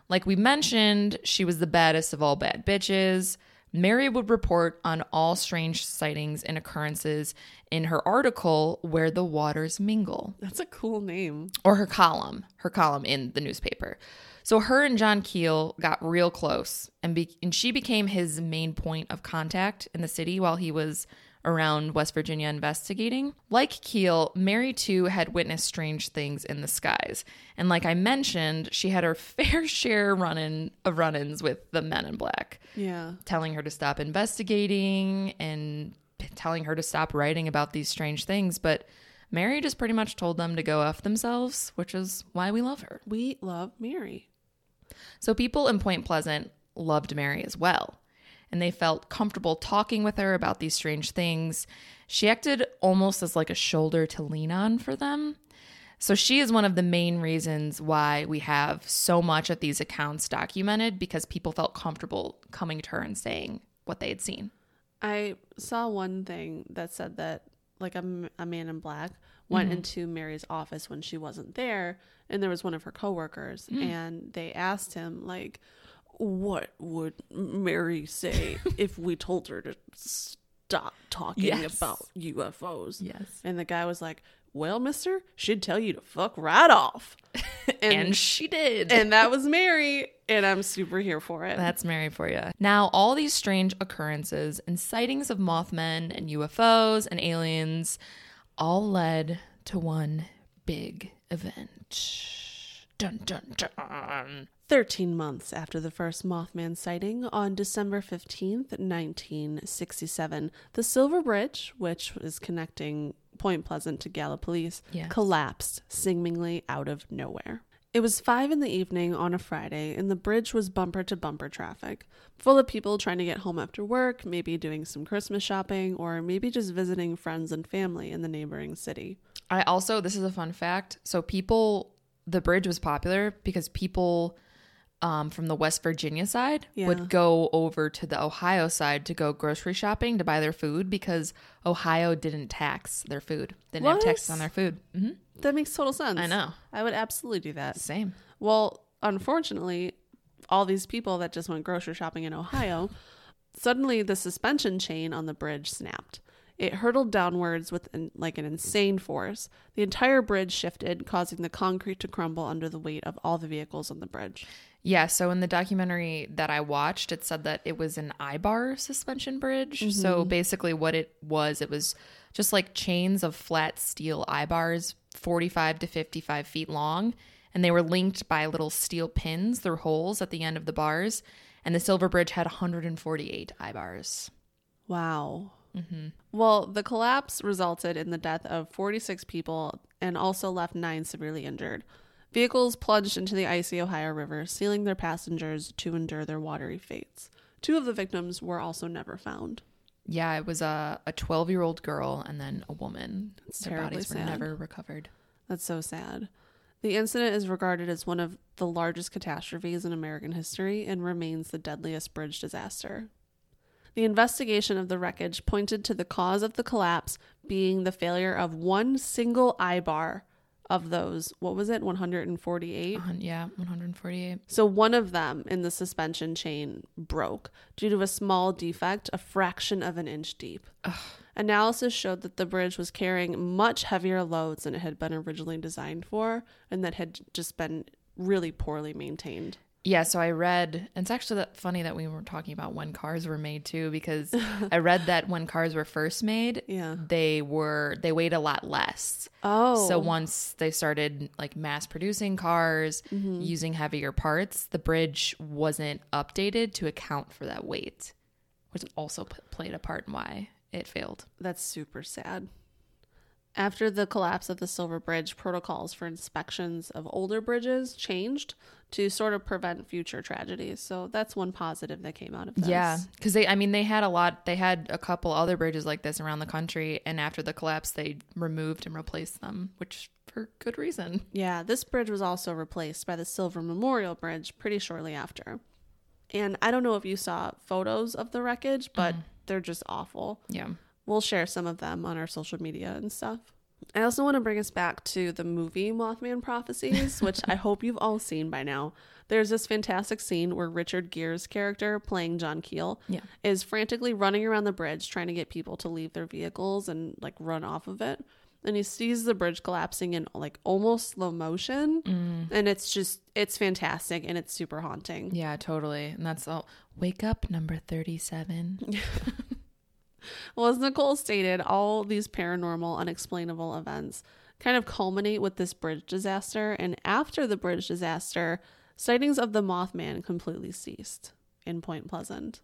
Like we mentioned, she was the baddest of all bad bitches. Mary would report on all strange sightings and occurrences in her article, Where the Waters Mingle
That's a cool name.
or her column, her column in the newspaper. So her and John Keel got real close, and be- and she became his main point of contact in the city while he was around West Virginia investigating. Like Keel, Mary too had witnessed strange things in the skies, and like I mentioned, she had her fair share run-in of run-ins with the Men in Black
Yeah.
telling her to stop investigating and p- telling her to stop writing about these strange things. But Mary just pretty much told them to go F themselves, which is why we love her.
We love Mary.
So people in Point Pleasant loved Mary as well. And they felt comfortable talking with her about these strange things. She acted almost as like a shoulder to lean on for them. So she is one of the main reasons why we have so much of these accounts documented because people felt comfortable coming to her and saying what they had seen.
I saw one thing that said that like a, m- a man in black went
Mm-hmm.
into Mary's office when she wasn't there and there was one of her coworkers
Mm.
and they asked him like what would Mary say if we told her to stop talking
Yes.
about UFOs?
Yes.
And the guy was like, "Well, mister, she'd tell you to fuck right off."
And, she did.
and that was Mary and I'm super here for it.
That's Mary for you. Now, all these strange occurrences and sightings of Mothmen and UFOs and aliens all led to one big event. Dun dun dun.
13 months after the first Mothman sighting, on December 15th, 1967, the Silver Bridge, which is connecting Point Pleasant to Gallipolis,
Yes.
collapsed seemingly out of nowhere. It was 5 in the evening on a Friday, and the bridge was bumper to bumper traffic, full of people trying to get home after work, maybe doing some Christmas shopping, or maybe just visiting friends and family in the neighboring city.
I also, this is a fun fact. So, people, the bridge was popular because people um, from the West Virginia side
Yeah.
would go over to the Ohio side to go grocery shopping to buy their food because Ohio didn't tax their food, didn't have
What?
taxes on their food. hmm
That makes total sense.
I know.
I would absolutely do that.
Same.
Well, unfortunately, all these people that just went grocery shopping in Ohio, suddenly the suspension chain on the bridge snapped. It hurtled downwards with an, like an insane force. The entire bridge shifted, causing the concrete to crumble under the weight of all the vehicles on the bridge.
Yeah, so in the documentary that I watched, it said that it was an I bar suspension bridge. So
Mm-hmm.
basically, what it was, it was just like chains of flat steel I bars, 45 to 55 feet long, and they were linked by little steel pins through holes at the end of the bars. And the Silver Bridge had 148 I bars.
Wow. Well, the collapse resulted in the death of 46 people and also left nine severely injured. Vehicles plunged into the icy Ohio River, sealing their passengers to endure their watery fates. Two of the victims were also never found.
Yeah, it was a a 12 year old girl and then a woman.
It's
Their
terribly
bodies were
sad.
never recovered.
That's so sad. The incident is regarded as one of the largest catastrophes in American history and remains the deadliest bridge disaster. The investigation of the wreckage pointed to the cause of the collapse being the failure of one single eye bar of those, what was it, 148?
Uh, yeah, 148.
So one of them in the suspension chain broke due to a small defect, a fraction of an inch deep. Analysis showed that the bridge was carrying much heavier loads than it had been originally designed for and that had just been really poorly maintained.
Yeah, so I read, and it's actually that funny that we were talking about when cars were made too, because I read that when cars were first made,
Yeah.
they were they weighed a lot less.
Oh.
So once they started like mass producing cars
Mm-hmm.
using heavier parts, the bridge wasn't updated to account for that weight, which also p- played a part in why it failed.
That's super sad. After the collapse of the Silver Bridge, protocols for inspections of older bridges changed to sort of prevent future tragedies. So that's one positive that came out of this.
Yeah, because they, I mean, they had a lot. They had a couple other bridges like this around the country, and after the collapse, they removed and replaced them, which for good reason.
Yeah, this bridge was also replaced by the Silver Memorial Bridge pretty shortly after. And I don't know if you saw photos of the wreckage, but they're just awful.
Yeah.
We'll share some of them on our social media and stuff. I also want to bring us back to the movie Mothman Prophecies, which I hope you've all seen by now. There's this fantastic scene where Richard Gere's character, playing John Keel,
Yeah.
is frantically running around the bridge trying to get people to leave their vehicles and like run off of it. And he sees the bridge collapsing in like almost slow motion. And it's just, it's fantastic and it's super haunting.
Yeah, totally. And that's all. Wake up, number 37.
Well, as Nicole stated, all these paranormal, unexplainable events kind of culminate with this bridge disaster. And after the bridge disaster, sightings of the Mothman completely ceased in Point Pleasant.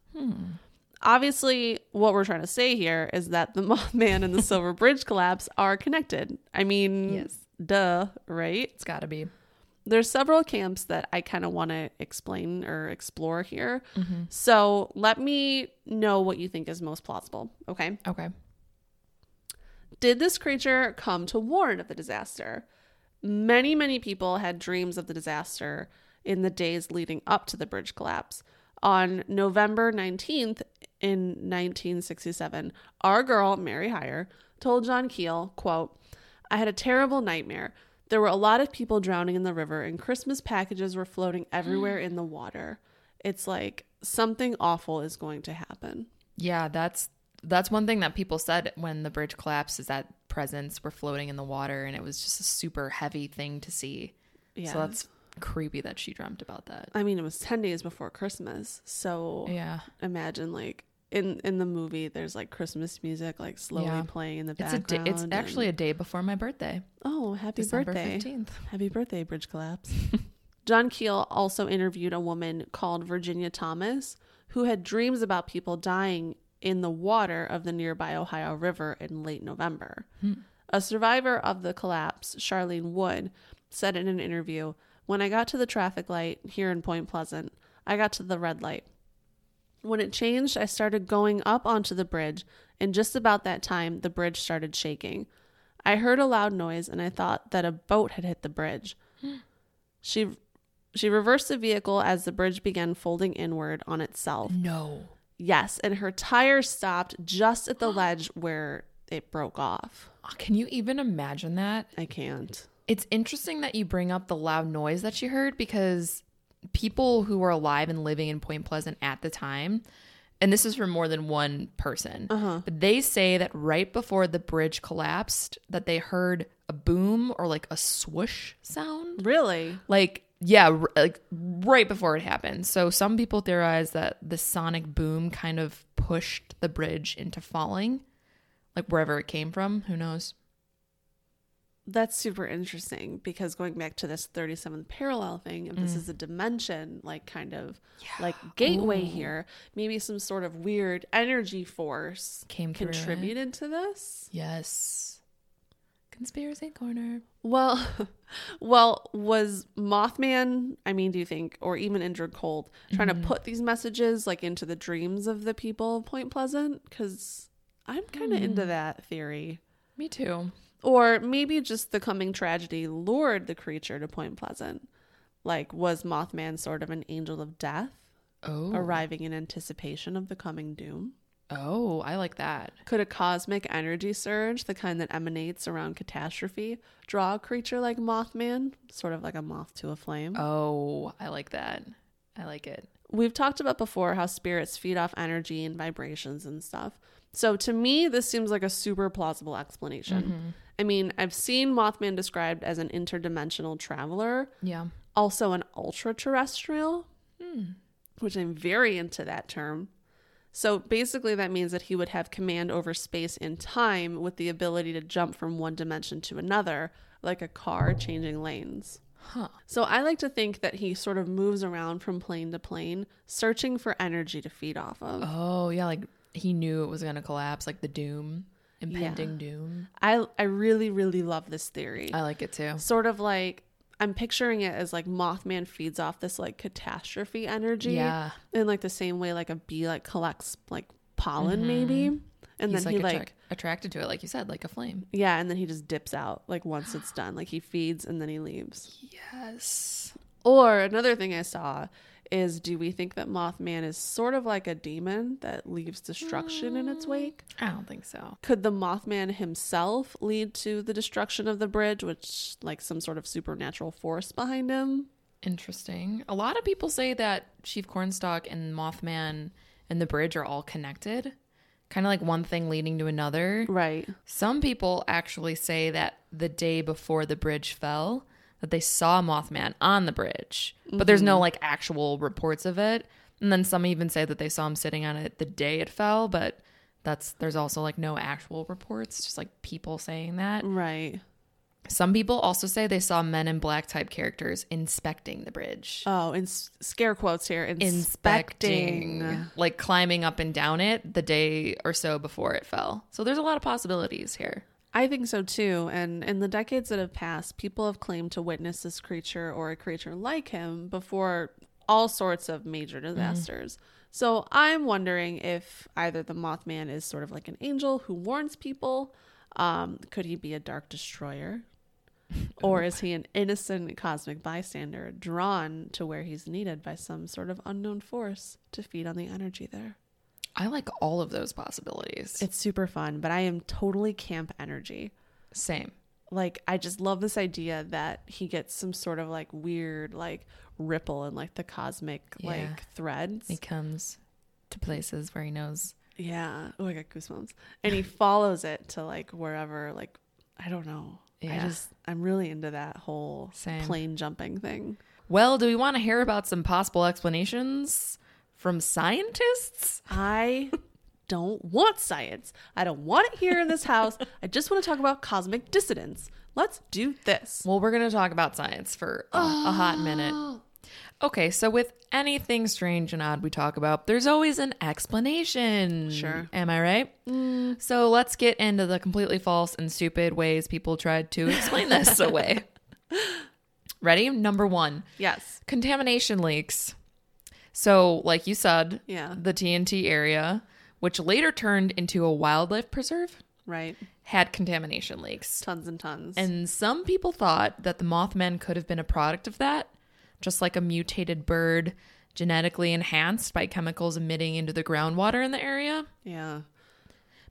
Obviously, what we're trying to say here is that the Mothman and the Silver Bridge collapse are connected. I mean,
Yes.
duh, right?
It's got to be.
there's several camps that I kind of want to explain or explore here. So let me know what you think is most plausible. Okay.
Okay.
Did this creature come to warn of the disaster? Many, many people had dreams of the disaster in the days leading up to the bridge collapse. On November 19th, in 1967, our girl, Mary Heyer, told John Keel, quote, I had a terrible nightmare. There were a lot of people drowning in the river, and Christmas packages were floating everywhere in the water. It's like something awful is going to happen.
Yeah, that's that's one thing that people said when the bridge collapsed is that presents were floating in the water and it was just a super heavy thing to see.
Yeah.
So that's creepy that she dreamt about that.
I mean, it was 10 days before Christmas. So
Yeah.
imagine like in in the movie there's like christmas music like slowly
Yeah.
playing in the
It's a
background
day, it's
and-
actually a day before my birthday.
oh happy
December
birthday
15th.
happy birthday bridge collapse john keel also interviewed a woman called virginia thomas who had dreams about people dying in the water of the nearby ohio river in late november a survivor of the collapse charlene wood said in an interview when i got to the traffic light here in point pleasant i got to the red light when it changed, I started going up onto the bridge, and just about that time, the bridge started shaking. I heard a loud noise, and I thought that a boat had hit the bridge. she she reversed the vehicle as the bridge began folding inward on itself.
No.
Yes, and her tire stopped just at the ledge where it broke off.
Can you even imagine that?
I can't.
It's interesting that you bring up the loud noise that she heard because people who were alive and living in Point Pleasant at the time, and this is from more than one person, but they say that right before the bridge collapsed, that they heard a boom or like a swoosh sound.
Really?
Like, yeah, r- like right before it happened. So some people theorize that the sonic boom kind of pushed the bridge into falling, like wherever it came from. Who knows?
That's super interesting because going back to this 37th parallel thing, if this is a dimension, like kind of like gateway here, maybe some sort of weird energy force
Came through it.
contributed to this.
Yes. Conspiracy corner.
Well, well, was Mothman, I mean, do you think, or even Indra Cold, trying to put these messages like into the dreams of the people of Point Pleasant? Because I'm kind of into that theory.
Me too.
Or maybe just the coming tragedy lured the creature to Point Pleasant. Like, was Mothman sort of an angel of death,
Oh.
arriving in anticipation of the coming doom?
Oh, I like that.
Could a cosmic energy surge, the kind that emanates around catastrophe, draw a creature like Mothman, sort of like a moth to a flame?
Oh, I like that. I like it.
We've talked about before how spirits feed off energy and vibrations and stuff. So to me, this seems like a super plausible explanation. I mean, I've seen Mothman described as an interdimensional traveler,
Yeah.
also an ultra terrestrial,
Hmm.
which I'm very into that term. So basically, that means that he would have command over space and time with the ability to jump from one dimension to another, like a car changing lanes.
Huh.
So I like to think that he sort of moves around from plane to plane, searching for energy to feed off of.
Oh, yeah. Like he knew it was going to collapse, like the doom, impending doom.
I, I really, really love this theory.
I like it too.
sort of like I'm picturing it as like Mothman feeds off this like catastrophe energy.
Yeah.
In like the same way like a bee like collects like pollen maybe. And
Mm-hmm. He's
then
like,
he like
attract- attracted to it, like you said, like a flame.
Yeah, and then he just dips out like once it's done. Like he feeds and then he leaves.
Yes.
Or another thing I saw is do we think that Mothman is sort of like a demon that leaves destruction in
Mm.
its wake?
I don't think so.
Could the Mothman himself lead to the destruction of the bridge, which like some sort of supernatural force behind him?
Interesting. A lot of people say that Chief Cornstalk and Mothman and the bridge are all connected, kind of like one thing leading to another.
Right.
Some people actually say that the day before the bridge fell, that they saw Mothman on the bridge, but there's no like actual reports of it. And then some even say that they saw him sitting on it the day it fell, but that's there's also like no actual reports, just like people saying that.
Right.
Some people also say they saw men in black type characters inspecting the bridge.
Oh, and s- scare quotes here. Inspecting.
inspecting, like climbing up and down it the day or so before it fell. So there's a lot of possibilities here.
I think so too. And in the decades that have passed, people have claimed to witness this creature or a creature like him before all sorts of major disasters. So I'm wondering if either the Mothman is sort of like an angel who warns people. Um, could he be a dark destroyer? Or is he an innocent cosmic bystander drawn to where he's needed by some sort of unknown force to feed on the energy there?
I like all of those possibilities.
It's super fun, but I am totally camp energy.
Same.
Like I just love this idea that he gets some sort of like weird like ripple and like the cosmic
Yeah.
like threads.
He comes to places where he knows.
yeah. Oh, I got goosebumps. And he follows it to like wherever like I don't know. I
Yeah.
just I'm really into that whole
Same.
plane jumping thing.
Well, do we want to hear about some possible explanations from scientists?
I don't want science. I don't want it here in this house. I just want to talk about cosmic dissonance. Let's do this.
Well, we're going to talk about science for a, a hot
Oh.
minute. Okay, so with anything strange and odd we talk about, there's always an explanation.
Sure. Mm.
Am I right? So let's get into the completely false and stupid ways people tried to explain this away. Ready? Number one
Yes.
contamination leaks. So, like you said,
Yeah.
the TNT area, which later turned into a wildlife preserve,
Right.
had contamination leaks.
Tons and tons.
And some people thought that the Mothman could have been a product of that, just like a mutated bird genetically enhanced by chemicals emitting into the groundwater in the area.
yeah.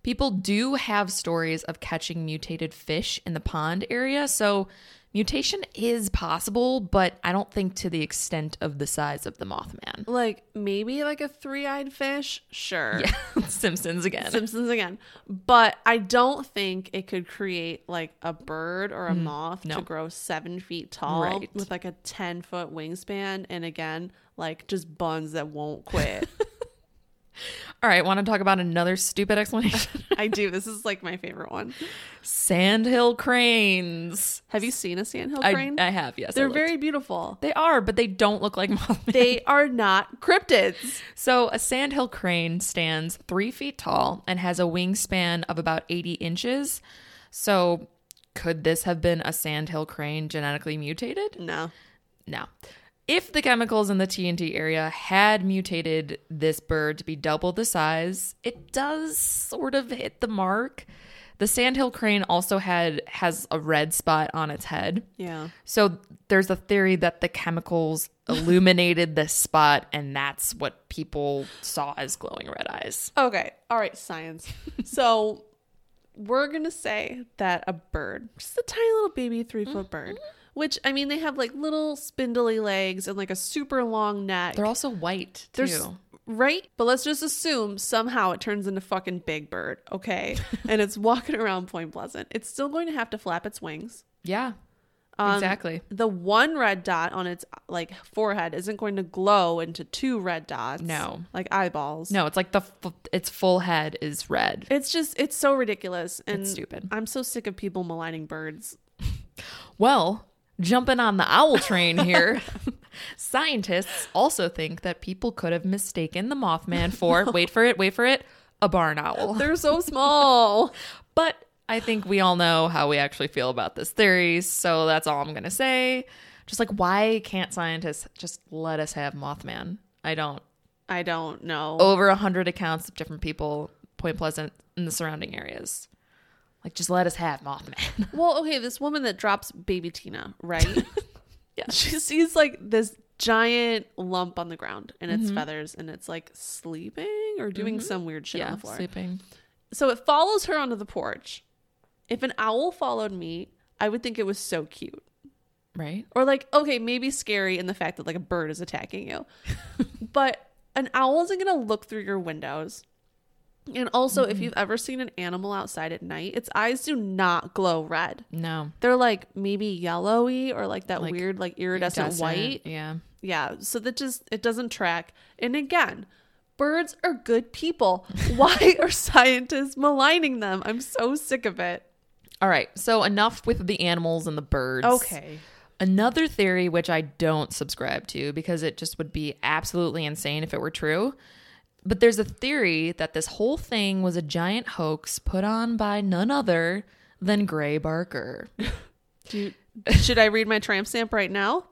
People do have stories of catching mutated fish in the pond area, so mutation is possible, but I don't think to the extent of the size of the Mothman.
like maybe like a three-eyed fish sure
Yeah, Simpsons again.
simpsons again but i don't think it could create like a bird or a moth
Mm, no.
to grow seven feet tall
Right.
with like a 10 foot wingspan and again like just buns that won't quit
All right, want to talk about another stupid explanation?
i do this is like my favorite one
Sandhill cranes.
have you seen a sandhill
I-
crane
I, have, yes. I
they're
looked.
very beautiful
They are, but they don't look like Mothman.
they are not cryptids
So, a sandhill crane stands three feet tall and has a wingspan of about 80 inches. So, could this have been a sandhill crane genetically mutated?
No.
No. If the chemicals in the TNT area had mutated this bird to be double the size, it does sort of hit the mark. The sandhill crane also had has a red spot on its head.
Yeah.
So there's a theory that the chemicals illuminated this spot and that's what people saw as glowing red eyes.
Okay. All right, science. so we're going to say that a bird, just a tiny little baby three foot bird,
Mm-hmm.
which I mean, they have like little spindly legs and like a super long neck.
They're also white too.
There's- right? But let's just assume somehow it turns into fucking Big Bird, okay? and it's walking around Point Pleasant. It's still going to have to flap its wings.
yeah. exactly.
The one red dot on its like forehead isn't going to glow into two red dots.
No.
like eyeballs.
No, it's like the f- its full head is red.
It's just it's so ridiculous and
It's stupid.
I'm so sick of people maligning birds.
Well, jumping on the owl train here, scientists also think that people could have mistaken the Mothman for, wait for it, wait for it, a barn owl.
They're so small.
But I think we all know how we actually feel about this theory, so that's all I'm going to say. Just like, why can't scientists just let us have Mothman? I don't.
I don't know.
Over 100 accounts of different people, Point Pleasant, and the surrounding areas. Like, just let us have Mothman.
Well, okay, this woman that drops baby Tina, right? yeah. She sees like this giant lump on the ground and its
Mm-hmm.
feathers and it's like sleeping or doing some weird shit on the floor.
sleeping.
So it follows her onto the porch. If an owl followed me, I would think it was so cute.
Right?
Or like, okay, maybe scary in the fact that like a bird is attacking you. but an owl isn't gonna look through your windows. And also, if you've ever seen an animal outside at night, its eyes do not glow red
No.
they're like maybe yellowy or like that
Like
weird like iridescent
Doesn't-
white
Yeah.
yeah so that just it doesn't track and again birds are good people why are scientists maligning them i'm so sick of it
All right. So enough with the animals and the birds. Another theory which I don't subscribe to because it just would be absolutely insane if it were true. But there's a theory that this whole thing was a giant hoax put on by none other than Gray Barker.
Do you- should i read my tramp stamp right now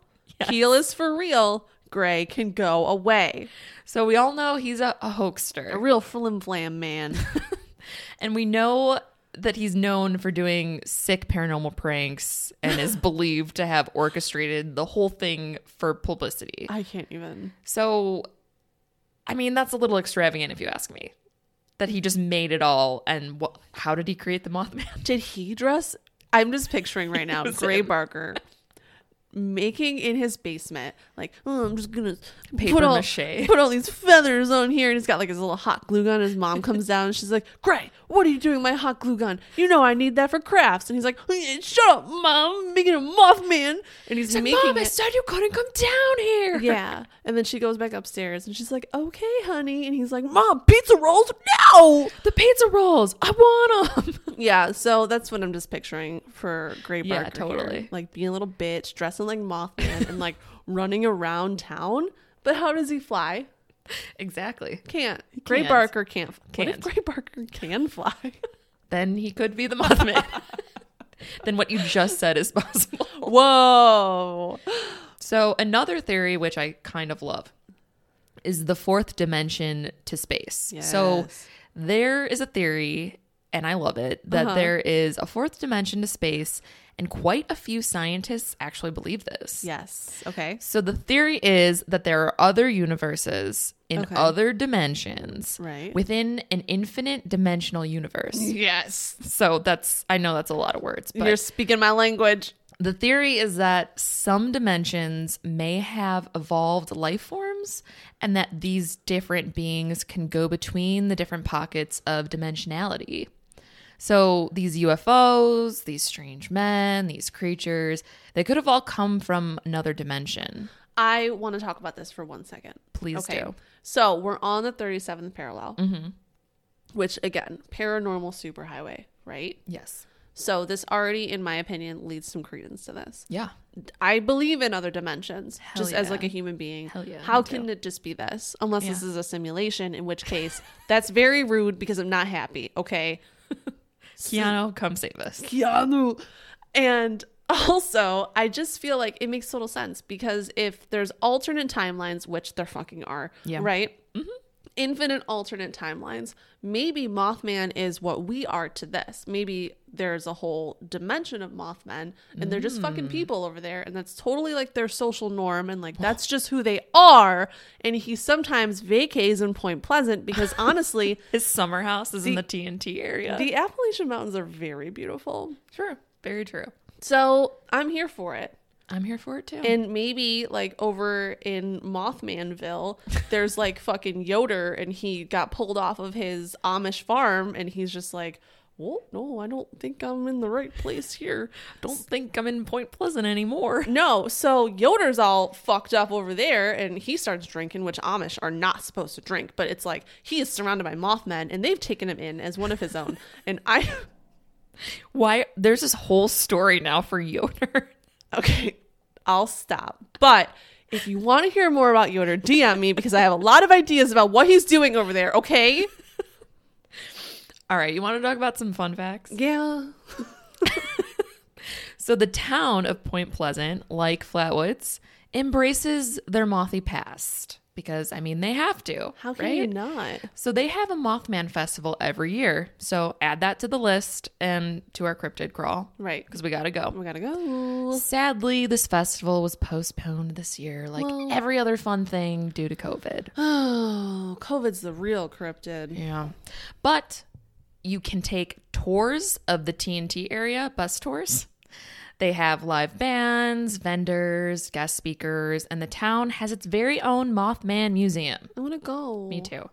keel is for real gray can go away
So we all know he's a, a
a
hoaxster.
real flim flam man
And we know that he's known for doing sick paranormal pranks and is believed to have orchestrated the whole thing for publicity.
i can't even
So, I mean, that's a little extravagant if you ask me. That he just made it all, and what? How did he create the Mothman?
Did he dress? I'm just picturing right now
was
Gray
him.
Barker making in his basement, like, oh, I'm just gonna put
Paper
all,
mache.
put all these feathers on here, and he's got like his little hot glue gun. His mom comes down, and she's like, Gray, what are you doing, with my hot glue gun? You know I need that for crafts. And he's like, "Eh, Shut up, mom, I'm making a Mothman, and he's making it.
said you couldn't come down here.
yeah, and then she goes back upstairs, and she's like, "Okay, honey," and he's like, "Mom, pizza rolls now."
the pizza rolls. I want them.
Yeah, so that's what I'm just picturing for Gray Barker.
Yeah,
Yeah, totally.
totally.
Like being a little bitch, dressing like Mothman, and like running around town. But how does he fly?
exactly.
Can't. Gray
can't.
Barker can't. Can't. What if
Can't.
Gray Barker can fly?
Then he could be the Mothman. then what you just said is possible.
Whoa.
So another theory, which I kind of love, is the fourth dimension to space. So
Yes.
there is a theory, and I love it, that
Uh-huh.
there is a fourth dimension to space, and quite a few scientists actually believe this.
Yes. Okay.
So the theory is that there are other universes in
Okay.
other dimensions
Right.
within an infinite dimensional universe.
Yes.
so that's I know that's a lot of words, but
You're speaking my language.
the theory is that some dimensions may have evolved life forms and that these different beings can go between the different pockets of dimensionality. So these UFOs, these strange men, these creatures, they could have all come from another dimension.
I want to talk about this for one second.
Please do. Mm-hmm.
So we're on the 37th parallel, which again, paranormal superhighway, right?
Yes.
So this already, in my opinion, leads some credence to this.
Yeah.
I believe in other dimensions,
Hell
just as
yeah.
like a human being.
Hell yeah,
How
me
can it just be this? Unless this is a simulation, in which case that's very rude because I'm not happy. Okay,
Keanu, come save us.
Keanu. And also, I just feel like it makes total sense because if there's alternate timelines, which there fucking are,
Yeah.
right? Mm-hmm. Infinite alternate timelines. Maybe Mothman is what we are to this. Maybe there's a whole dimension of Mothmen and they're just fucking people over there. And that's totally like their social norm. And like that's just who they are. And he sometimes vacays in Point Pleasant because honestly,
His summer house is in the TNT area.
the Appalachian Mountains are very beautiful.
true. Very true.
So I'm here for it.
I'm here for it too.
And maybe like over in Mothmanville, there's like fucking Yoder, and he got pulled off of his Amish farm, and he's just like, "Well, no, I don't think I'm in the right place here."
don't think I'm in Point Pleasant anymore.
No, so Yoder's all fucked up over there, and he starts drinking, which Amish are not supposed to drink. But it's like he is surrounded by Mothmen, and they've taken him in as one of his own. and I,
Why? There's this whole story now for Yoder.
okay, I'll stop. But if you want to hear more about Yoder, DM me because I have a lot of ideas about what he's doing over there. Okay.
All right, you want to talk about some fun facts?
Yeah.
So the town of Point Pleasant, like Flatwoods, embraces their mothy past because I mean they have to.
How can
right?
you not?
So they have a Mothman festival every year. So add that to the list and to our cryptid crawl
Right.
because we got to go.
We gotta go.
Sadly, this festival was postponed this year, like every other fun thing due to COVID.
Oh, COVID's the real cryptid.
Yeah. But you can take tours of the TNT area, bus tours. They have live bands, vendors, guest speakers, and the town has its very own Mothman Museum.
I wanna go.
Me too.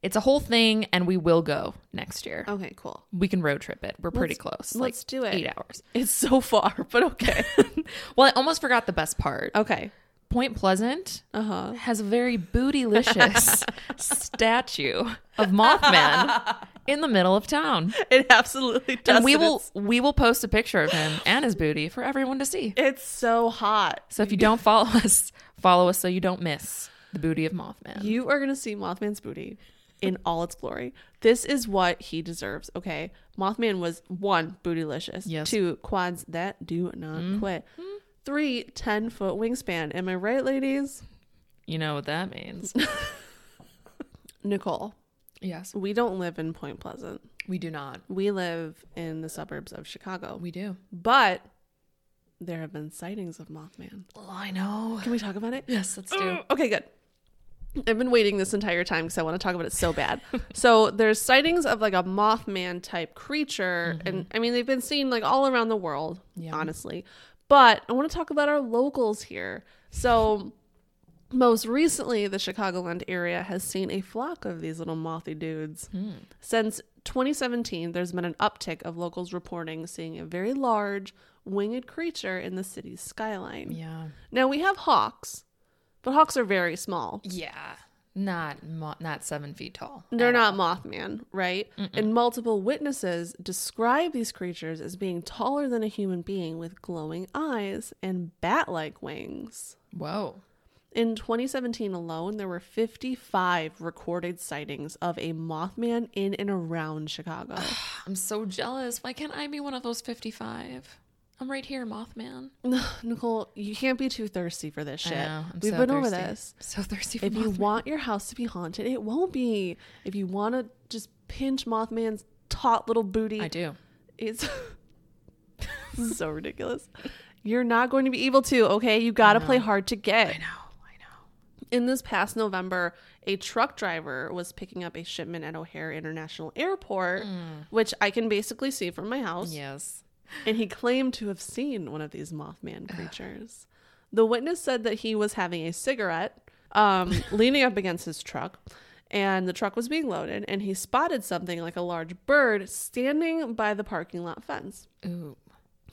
It's a whole thing, and we will go next year.
Okay, cool.
We can road trip it. We're pretty close. like
Oh. let's do it.
Eight hours.
It's so far, but okay.
Well, I almost forgot the best part.
okay.
Point Pleasant
Uh huh.
has a very bootylicious statue of Mothman in the middle of town.
It absolutely does.
and we will we will post a picture of him and his booty for everyone to see.
It's so hot.
So if you don't follow us, follow us so you don't miss the booty of Mothman.
You are going to see Mothman's booty in all its glory. This is what he deserves, okay? Mothman was one, bootylicious.
Yes. Mm-hmm.
Two, quads that do not quit. Three, 10 foot wingspan. Am I right, ladies?
You know what that means.
Nicole,
yes,
we don't live in Point Pleasant.
we do not.
We live in the suburbs of Chicago.
We do.
But there have been sightings of Mothman.
Well, I know.
Can we talk about it?
Yes, let's do.
Mm, Okay, good. I've been waiting this entire time because I want to talk about it so bad. so there's sightings of like a Mothman type creature, and I mean they've been seen like all around the world,
Mm-hmm. Yeah.
honestly. But I want to talk about our locals here. So most recently, the Chicagoland area has seen a flock of these little mothy dudes.
Hmm.
Since 2017, there's been an uptick of locals reporting seeing a very large winged creature in the city's skyline.
Yeah.
Now we have hawks, but hawks are very small.
Yeah. Not mo- not seven feet tall.
They're not Mothman, right? And multiple witnesses describe these creatures as being taller than a human being with glowing eyes and bat like wings.
Whoa.
In 2017 alone, there were 55 recorded sightings of a Mothman in and around Chicago.
I'm so jealous. Why can't I be one of those 55? I'm right here, Mothman.
Nicole, you can't be too thirsty for this shit.
I'm
We've
so
been over
thirsty.
this.
So thirsty for
If you
Mothman.
want your house to be haunted, it won't be. If you want to just pinch Mothman's taut little booty,
I do.
it's this is so ridiculous. You're not going to be able to, okay? You got to play hard to get.
I know. I know.
In this past November, a truck driver was picking up a shipment at O'Hare International Airport, which I can basically see from my house
Yes.
and he claimed to have seen one of these Mothman creatures. The witness said that he was having a cigarette, um, leaning up against his truck, and the truck was being loaded, and he spotted something like a large bird standing by the parking lot fence.
Ooh.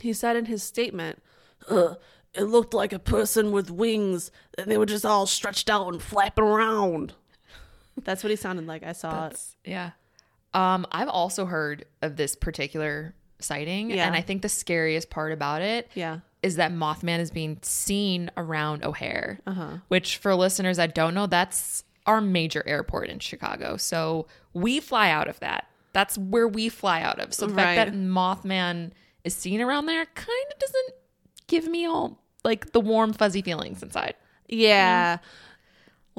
He said in his statement, "Ugh, it looked like a person with wings, and they were just all stretched out and flapping around. That's what he sounded like. I saw it.
That's- yeah. Um, I've also heard of this particular sighting,
Yeah.
and I think the scariest part about it is
Yeah.
that Mothman is being seen around O'Hare,
Uh-huh.
which for listeners that don't know, that's our major airport in Chicago. So we fly out of that. That's where we fly out of. So the
Right.
fact that Mothman is seen around there kind of doesn't give me all like the warm fuzzy feelings inside.
Yeah.
A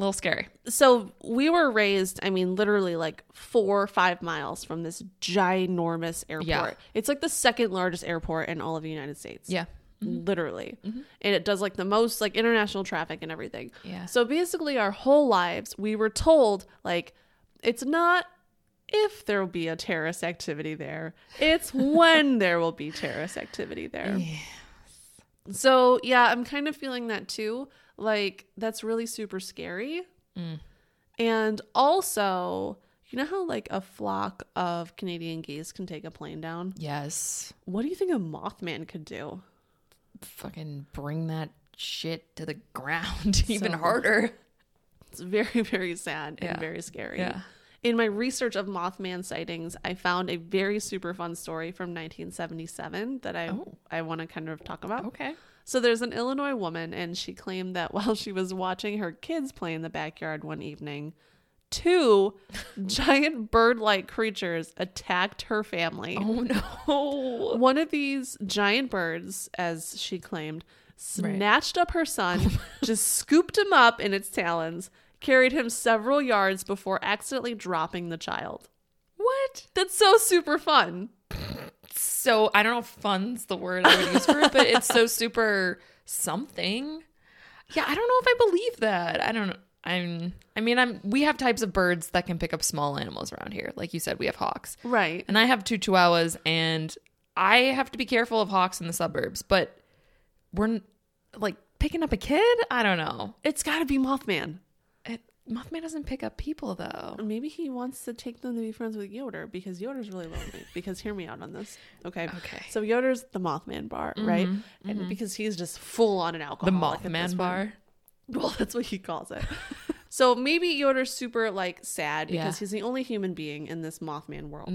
little scary.
So we were raised, I mean, literally like four or five miles from this ginormous airport.
Yeah.
It's like the second largest airport in all of the United States.
Yeah.
Literally. And it does like the most like international traffic and everything.
Yeah.
So basically, our whole lives, we were told like, it's not if there will be a terrorist activity there, it's when there will be terrorist activity there. So yeah, I'm kind of feeling that too. Like, that's really super scary. And also, you know how like a flock of Canadian geese can take a plane down?
Yes.
What do you think a Mothman could do?
Fucking bring that shit to the ground even
So-
harder.
It's very, very sad
Yeah.
and very scary.
Yeah.
In my research of Mothman sightings, I found a very super fun story from 1977 that I I want to kind of talk about.
Oh. Okay.
So there's an Illinois woman, and she claimed that while she was watching her kids play in the backyard one evening, two giant bird-like creatures attacked her family.
Oh no.
One of these giant birds, as she claimed, snatched up her son, just scooped him up in its talons, carried him several yards before accidentally dropping the child.
What?
That's so super fun.
So I don't know if fun's the word I would use for it, but it's so super something. Yeah, I don't know if I believe that. I don't know. I'm I mean I'm we have types of birds that can pick up small animals around here. Like you said, we have hawks.
Right.
And I have two chihuahuas and I have to be careful of hawks in the suburbs, but we're n- like picking up a kid? I don't know.
It's got to be Mothman.
It, Mothman doesn't pick up people though.
Maybe he wants to take them to be friends with Yoder because Yoder's really lonely. because hear me out on this. Okay.
Okay. Mm-hmm.
So Yoder's the Mothman bar, right? And because he's just full on an
The
alcoholic. at this
Mothman
point.
bar.
Well, that's what he calls it. so maybe Yoder's super like sad
Yeah. Mm.
because he's the only human being in this Mothman world.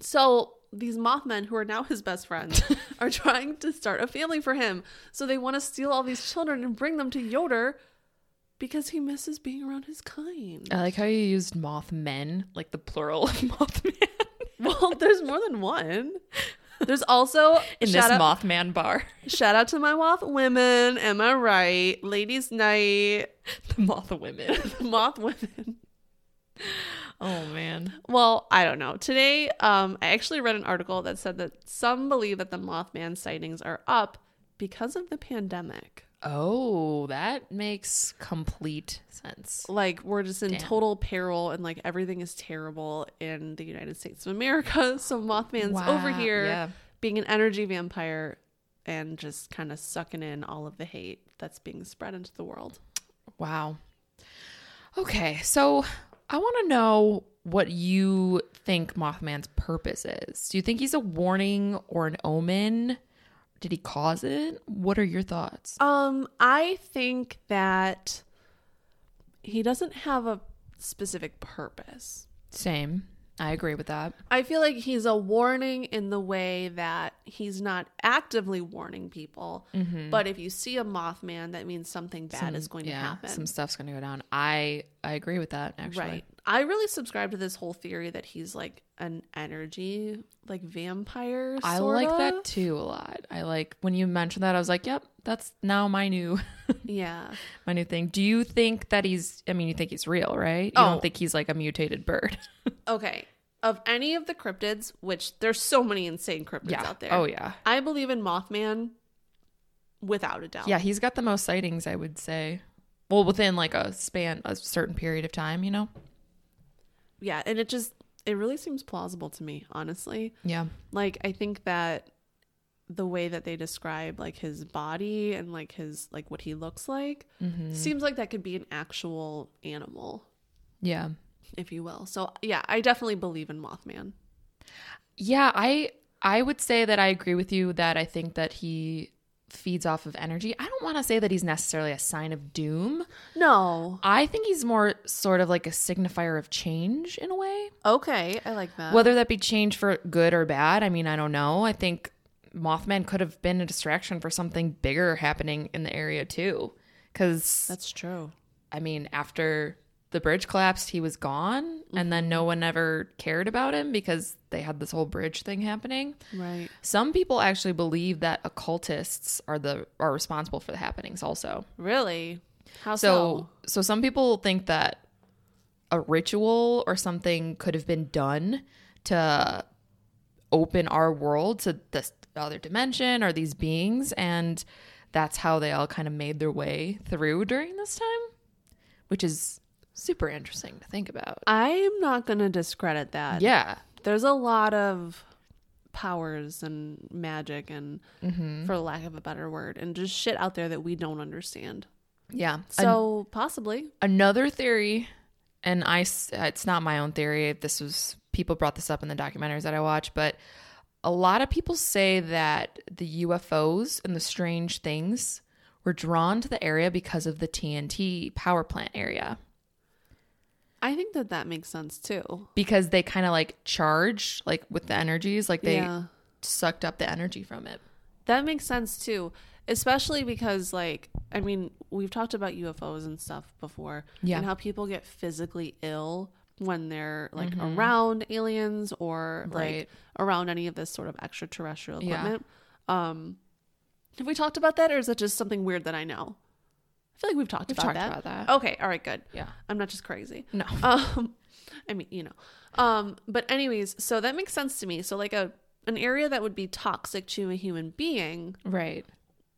So these Mothmen, who are now his best friends, are trying to start a family for him. So they want to steal all these children and bring them to Yoder because he misses being around his kind.
I like how you used Mothmen, like the plural of Mothman.
Well, there's more than one. There's also
in
shout
this
out,
Mothman bar.
shout out to my Moth women. Am I right? Ladies' night,
the Moth Women.
Moth women.
Oh man.
Well, I don't know. Today, um, I actually read an article that said that some believe that the Mothman sightings are up because of the pandemic.
Oh, that makes complete sense.
Like we're just in total peril and like everything is terrible in the United States of America. So Mothman's
Wow,
over here
yeah.
being an energy vampire and just kind of sucking in all of the hate that's being spread into the world.
Wow. Okay, so I want to know what you think Mothman's purpose is. Do you think he's a warning or an omen? Did he cause it? What are your thoughts?
Um, I think that he doesn't have a specific purpose.
Same. I agree with that.
I feel like he's a warning in the way that he's not actively warning people, but if you see a Mothman, that means something bad is going to
Mm, Yeah,
happen.
Mm-hmm. some stuff's going to go down. I I agree with that actually.
right. I really subscribe to this whole theory that he's like an energy, like vampire.
I
sort
like
of.
that too a lot. I like when you mentioned that I was like, "Yep, that's now my new
Yeah.
my new thing." Do you think that he's I mean, you think he's real, right? You
Oh.
don't think he's like a mutated bird.
Okay. Of any of the cryptids, which there's so many insane cryptids
yeah.
out there.
Oh yeah.
I believe in Mothman without a doubt.
Yeah, he's got the most sightings, I would say. Well, within like a span a certain period of time, you know.
Yeah, and it just it really seems plausible to me, honestly.
Yeah.
like i think that the way that they describe like his body and like his like what he looks like seems like that could be an actual animal
Yeah.
if you will so yeah i definitely believe in mothman
Yeah, I I would say that I agree with you that I think that he feeds off of energy. I don't want to say that he's necessarily a sign of doom.
no
I think he's more sort of like a signifier of change in a way.
okay i like that
Whether that be change for good or bad, I mean, I don't know. I think Mothman could have been a distraction for something bigger happening in the area too. Because,
that's true
I mean, after the bridge collapsed, he was gone, and then no one ever cared about him because they had this whole bridge thing happening.
Right.
Some people actually believe that occultists are the are responsible for the happenings also.
Really? How so?
So so some people think that a ritual or something could have been done to open our world to this other dimension or these beings and that's how they all kind of made their way through during this time, which is super interesting to think about.
I'm not going to discredit that.
Yeah.
There's a lot of powers and magic and for lack of a better word and just shit out there that we don't understand.
Yeah.
So possibly.
another theory and i s- it's not my own theory this was people brought this up in the documentaries that i watch but a lot of people say that the ufos and the strange things were drawn to the area because of the tnt power plant area
I think that that makes sense too.
because they kind of like charge like with the energies like they
yeah.
sucked up the energy from it
That makes sense too, especially because like I mean, we've talked about UFOs and stuff before
Yeah.
and how people get physically ill when they're like around aliens or
Mm-hmm. Right.
like around any of this sort of extraterrestrial
Yeah.
equipment. Um have we talked about that or is that just something weird that I know? I feel like we've talked,
We've
about,
talked about
that.
that.
Okay, all right, good.
yeah
I'm not just crazy.
no
Um, I mean, you know. Um, but anyways, so that makes sense to me. So like a an area that would be toxic to a human being,
right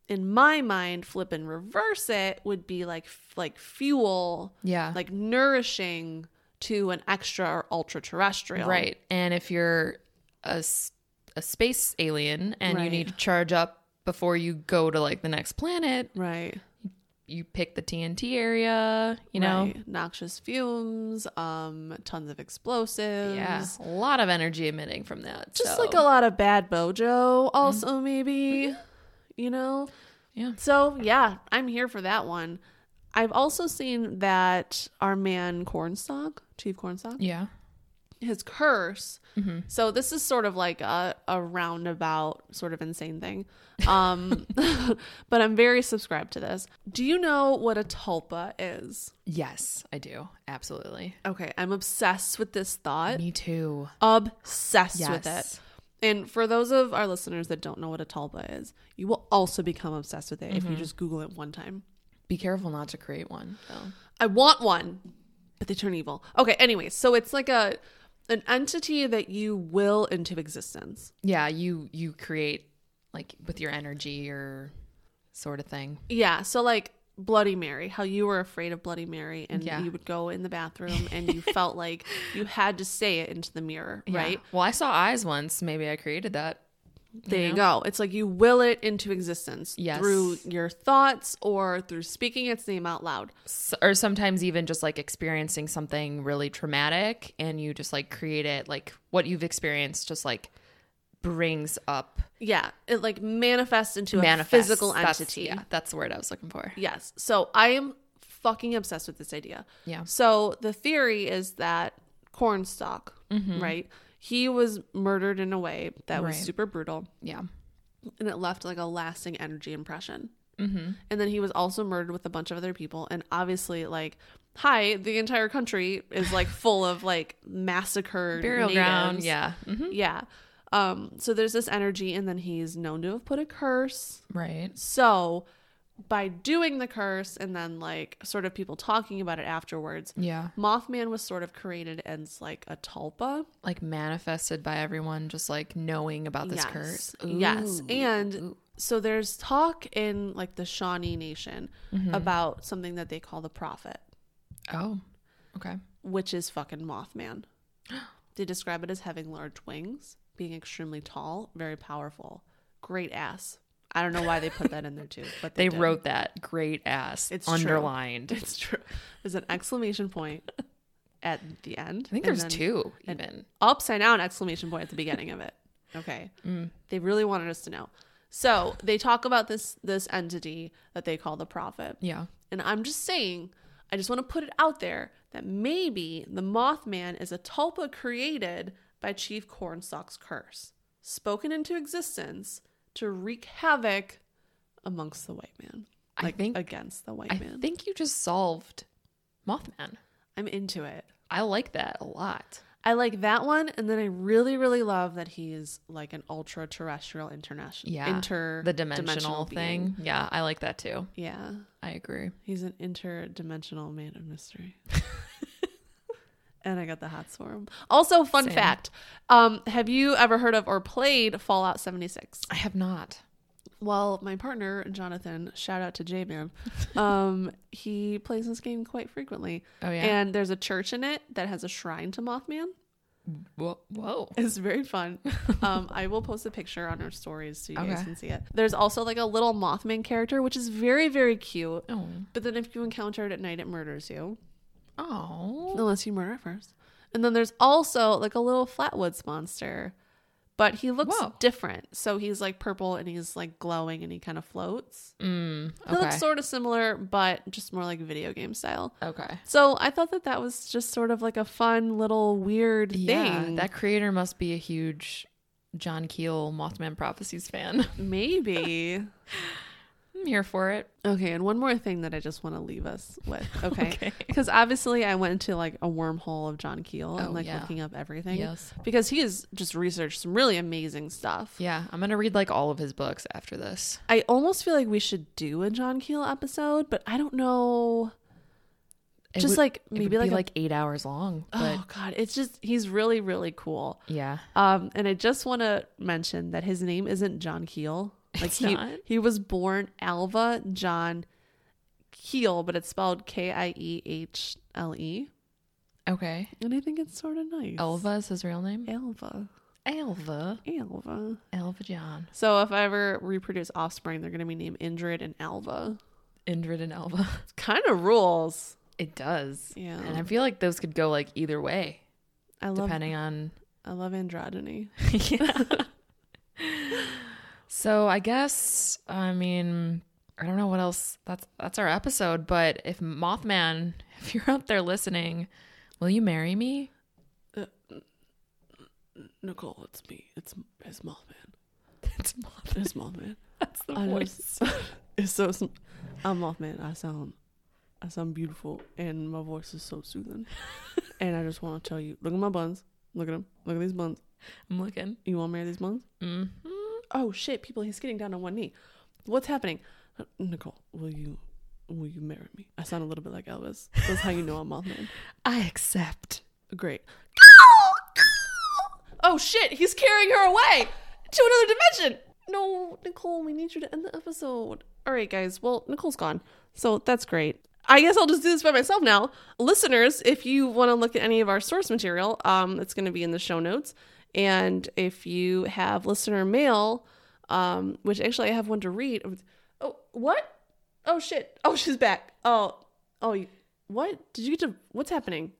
in my mind, flip and reverse it would be like f- like fuel,
yeah
like nourishing to an extra or ultra terrestrial.
Right. And if you're a, s- a space alien and you
Right.
need to charge up before you go to like the next planet,
Right.
you pick the TNT area, you know?
Right. noxious fumes, um, tons of explosives.
Yeah. A lot of energy emitting from that.
Just
so-
like a lot of bad bojo also
Mm-hmm.
maybe. You know?
Yeah.
So yeah, I'm here for that one. I've also seen that our man Cornstalk, Chief Cornstalk,
Yeah.
his curse.
Mm-hmm.
So this is sort of like a, a roundabout sort of insane thing. Um, but I'm very subscribed to this. Do you know what a tulpa is?
Yes, I do. Absolutely.
Okay, I'm obsessed with this thought.
Me too.
Obsessed with it.
Yes.
And for those of our listeners that don't know what a tulpa is, you will also become obsessed with it if
Mm-hmm.
you just Google it one time.
Be careful not to create one, though.
I want one, but they turn evil. Okay, anyway, so it's like a an entity that you will into existence.
Yeah, you you create like with your energy or sort of thing.
Yeah, so like Bloody Mary, how you were afraid of Bloody Mary and
Yeah.
you would go in the bathroom and you felt like you had to say it into the mirror,
Yeah.
right?
Well, I saw eyes once. Maybe I created that.
There you go. It's like you will it into existence
Yes.
through your thoughts or through speaking its name out loud.
S- or sometimes even just like experiencing something really traumatic and you just like create it like what you've experienced just like brings up
Yeah, it like manifests into a
manifests.
physical
That's-
entity.
yeah that's the word i was looking for
Yes. So I am fucking obsessed with this idea.
Yeah.
So the theory is that Cornstalk, right? He was murdered in a way that was
Mm-hmm. Right.
super brutal
yeah
and it left like a lasting energy impression. Mm-hmm. And then he was also murdered with a bunch of other people. And obviously, like, hi, the entire country is like full of like massacred
burial
natives.
ground yeah Mhm.
Yeah. Um, so there's this energy, and then he's known to have put a curse
right
so by doing the curse and then like sort of people talking about it afterwards,
yeah
Mothman was sort of created as like a tulpa.
like manifested by everyone just like knowing about this
yes.
curse
Yes.
Ooh.
And so there's talk in like the Shawnee Nation
Mm-hmm.
about something that they call the prophet,
oh okay
which is fucking Mothman. they describe it as having large wings, being extremely tall, very powerful, great ass. I don't know why they put that in there too, but
they
did.
wrote that great ass
It's true.
underlined i
It's true. There's an exclamation point at the end. I
think there's two even
Upside down exclamation point at the beginning of it. Okay.
Mm.
They really wanted us to know. So they talk about this this entity that they call the prophet.
yeah
And I'm just saying, I just want to put it out there that maybe the Mothman is a tulpa created by Chief Cornstalk's curse, spoken into existence to wreak havoc amongst the white man.
I think-
against the white
i
man.
think you just solved mothman
I'm into it.
I like that a lot.
I like that one, and then I really, really love that he's like an ultra terrestrial international,
Yeah.
inter
the dimensional
dimensional being.
thing. Yeah, I like that too.
Yeah,
I agree.
he's an interdimensional man of mystery. and I got the hats for him. Also, fun
Same.
fact: um, Have you ever heard of or played Fallout 76?
I have not.
Well, my partner Jonathan, shout out to J Man, um, he plays this game quite frequently.
Oh yeah.
And there's a church in it that has a shrine to Mothman.
whoa, whoa.
It's very fun. Um, I will post a picture on our stories so you guys
Okay.
can see it. There's also like a little Mothman character, which is very, very cute.
Oh.
But then if you encounter it at night, it murders you,
Oh.
unless you murder it first. And then there's also like a little Flatwoods monster, but he looks
Whoa.
different. So he's like purple and he's like glowing and he kind of floats.
Mm,
It
okay.
looks sort of similar, but just more like video game style.
okay.
So I thought that that was just sort of like a fun little weird thing.
Yeah, that creator must be a huge John Keel Mothman Prophecies fan.
Maybe.
I'm here for it.
okay, and one more thing that I just want to leave us with. Okay.
Okay.
Because obviously I went into like a wormhole of John Keel and
Oh,
like
yeah.
looking up everything.
Yes.
Because he has just researched some really amazing stuff.
Yeah, I'm gonna read like all of his books after this.
I almost feel like we should do a John Keel episode, but I don't know.
It
just
would-
like
it would
maybe like,
be
a-
like eight hours long, but
oh god, it's just he's really really cool.
yeah,
Um, and I just want to mention that his name isn't John Keel. Like
It's
he
not?
he was born Alva John Keel, but it's spelled K I E H L E,
okay.
and I think it's sort of nice.
Elva is his real name.
Alva,
Elva,
Alva.
Elva John,
So if I ever reproduce offspring, they're gonna be named Indrid and Alva.
Indrid and Elva.
It's kind of rules.
It does.
Yeah.
and I feel like those could go like either way,
I love
depending on
I love androgyny.
yeah. so I guess I mean I don't know what else. That's that's our episode. But if Mothman, if you're out there listening, will you marry me?
Nicole, it's me. It's it's Mothman.
That's Mothman.
It's Mothman.
That's the
I
voice.
just, it's so. sm- I'm Mothman. I sound, I sound beautiful, and my voice is so soothing. and I just want to tell you, look at my buns. Look at them. Look at these buns.
I'm looking.
You want to marry these buns?
hmm
Oh shit, people! He's getting down on one knee. What's happening? Uh, Nicole, will you, will you marry me? I sound a little bit like Elvis. That's how you know I'm Mothman.
I accept.
Great. Oh shit, he's carrying her away to another dimension. No, Nicole, we need you to end the episode. All right, guys. Well, Nicole's gone. So that's great. I guess I'll just do this by myself now. Listeners, if you want to look at any of our source material, um, it's going to be in the show notes. And if you have listener mail, um, which actually I have one to read. Oh, what? Oh shit. Oh, she's back. Oh, oh, you, what? Did you get to? What's happening?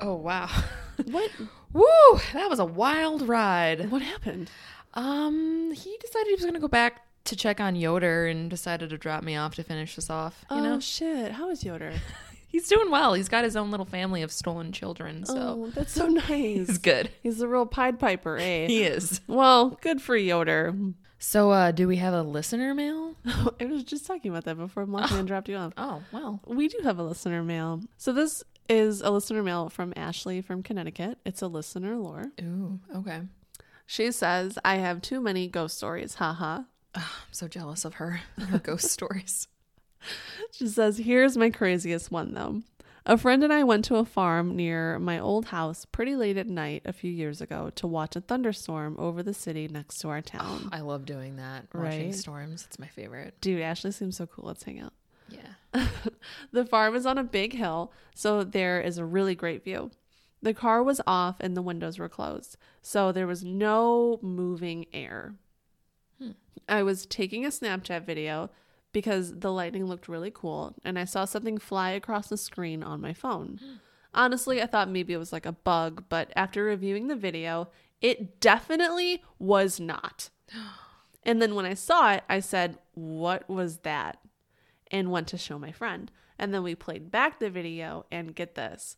Oh wow.
What?
Woo! That was a wild ride.
What happened?
Um, he decided he was gonna go back to check on Yoder and decided to drop me off to finish this off. You
oh
know,
shit! How is Yoder?
he's doing well. He's got his own little family of stolen children, so
oh, that's so nice.
he's good.
He's the real Pied Piper, eh?
He is.
well, good for Yoder.
So, uh, do we have a listener mail?
I was just talking about that before Mothman dropped you off.
Oh, well.
We do have a listener mail. So this is a listener mail from Ashley from Connecticut. It's a listener lore.
Ooh, okay.
She says, "I have too many ghost stories." Haha.
I'm so jealous of her. Her ghost stories.
She says, Here's my craziest one, though. A friend and I went to a farm near my old house pretty late at night a few years ago to watch a thunderstorm over the city next to our town.
I love doing that. Watching
Right?
storms. It's my favorite.
Dude, Ashley seems so cool. Let's hang out.
Yeah.
The farm is on a big hill, so there is a really great view. The car was off and the windows were closed, so there was no moving air. I was taking a Snapchat video because the lightning looked really cool, and I saw something fly across the screen on my phone. Honestly, I thought maybe it was like a bug, but after reviewing the video, it definitely was not. And then when I saw it, I said, What was that? and went to show my friend. And then we played back the video, and get this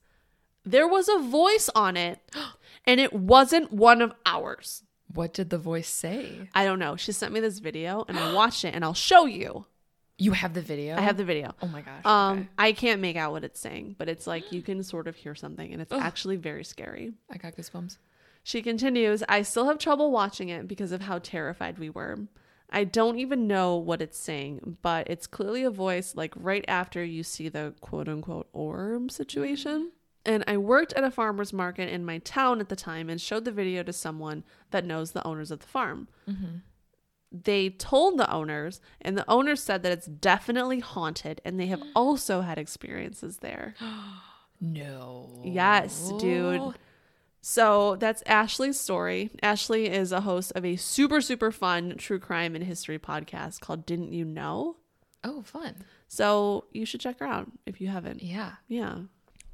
there was a voice on it, and it wasn't one of ours.
What did the voice say?
I don't know. She sent me this video, and I watched it, and I'll show you.
You have the video?
I have the video.
Oh my gosh.
Um,
okay.
I can't make out what it's saying, but it's like you can sort of hear something, and it's
Ugh.
actually very scary.
I got goosebumps.
She continues, I still have trouble watching it because of how terrified we were. I don't even know what it's saying, but it's clearly a voice like right after you see the quote unquote orb situation. And I worked at a farmer's market in my town at the time and showed the video to someone that knows the owners of the farm. They told the owners, and the owners said that it's definitely haunted, and they have also had experiences there.
No.
Yes, dude. So that's Ashley's story. Ashley is a host of a super, super fun true crime and history podcast called Didn't You Know?
Oh, fun.
So you should check her out if you haven't.
Yeah.
Yeah,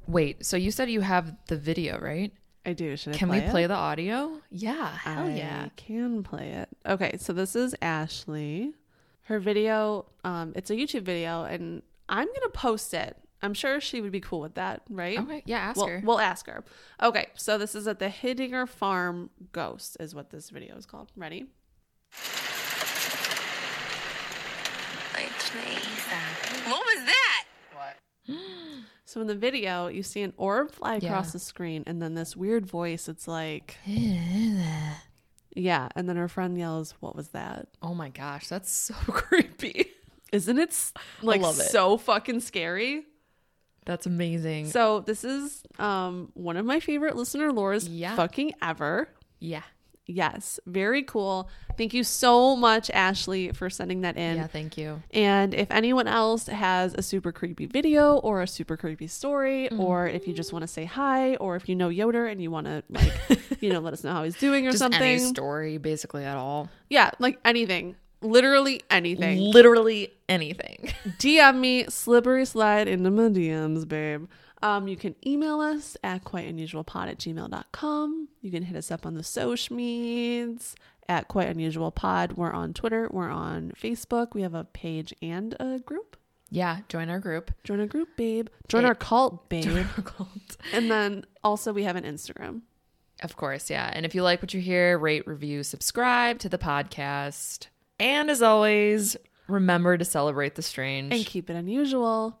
Wait, so you said you have the video, right?
I do. Should I
Can
play
we play the audio? Yeah.
It?
Hell
I
yeah.
can play it. Okay, so this is Ashley. Her video, um, it's a YouTube video, and I'm going to post it. I'm sure she would be cool with that, right?
Okay. Yeah, ask
We'll,
her.
we'll ask her. Okay, so this is at the Hiddinger Farm Ghost, is what this video is called. Ready?
It's me. What was that?
So in the video, you see an orb fly across
Yeah.
the screen, and then this weird voice. It's like, yeah. And then her friend yells, "What was that?"
Oh my gosh, that's so creepy.
Isn't it s- like
love it.
so fucking scary?
That's amazing.
So this is um one of my favorite listener lores,
Yeah.
fucking ever.
yeah.
Yes, very cool. Thank you so much, Ashley, for sending that in.
Yeah, thank you.
And if anyone else has a super creepy video or a super creepy story, or if you
Mm.
just want to say hi, or if you know Yoder and you want to, like, you know, let us know how he's doing or
Just
something.
any story basically at all.
yeah, like anything. Literally anything.
Literally anything.
DM me, slippery slide into my DMs, babe. Um, you can email us at quiteunusualpod at gmail.com. You can hit us up on the social meds at Quite Unusual Pod. We're on Twitter, we're on Facebook. We have a page and a group.
yeah, join our group.
Join our group, babe. Eh, Join our cult, babe. and then also we have an Instagram.
Of course, yeah. And if you like what you hear, rate, review, subscribe to the podcast. And as always, remember to celebrate the strange.
And keep it unusual.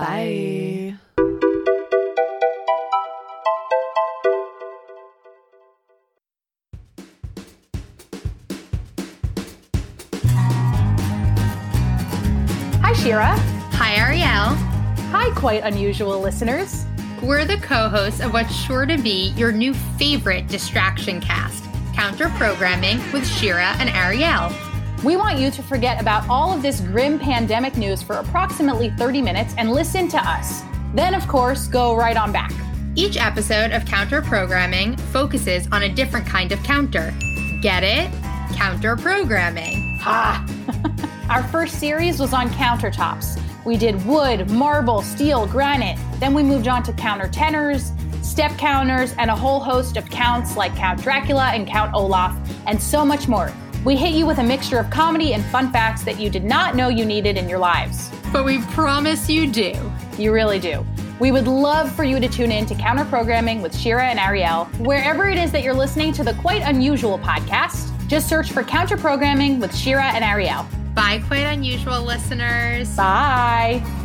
Bye.
Bye.
Hi, Shira.
Hi, Ariel.
Hi, quite unusual listeners.
We're the co hosts of what's sure to be your new favorite distraction cast, Counter Programming with Shira and Ariel.
We want you to forget about all of this grim pandemic news for approximately 30 minutes and listen to us. Then, of course, go right on back.
Each episode of Counter Programming focuses on a different kind of counter. Get it? Counter Programming.
Ah! Our first series was on countertops. We did wood, marble, steel, granite. Then we moved on to counter tenors, step counters, and a whole host of counts like Count Dracula and Count Olaf, and so much more. We hit you with a mixture of comedy and fun facts that you did not know you needed in your lives.
But we promise you do.
You really do. We would love for you to tune in to Counter Programming with Shira and Ariel, wherever it is that you're listening to the Quite Unusual podcast. Just search for Counter Programming with Shira and Ariel.
Bye, Quite Unusual listeners.
Bye.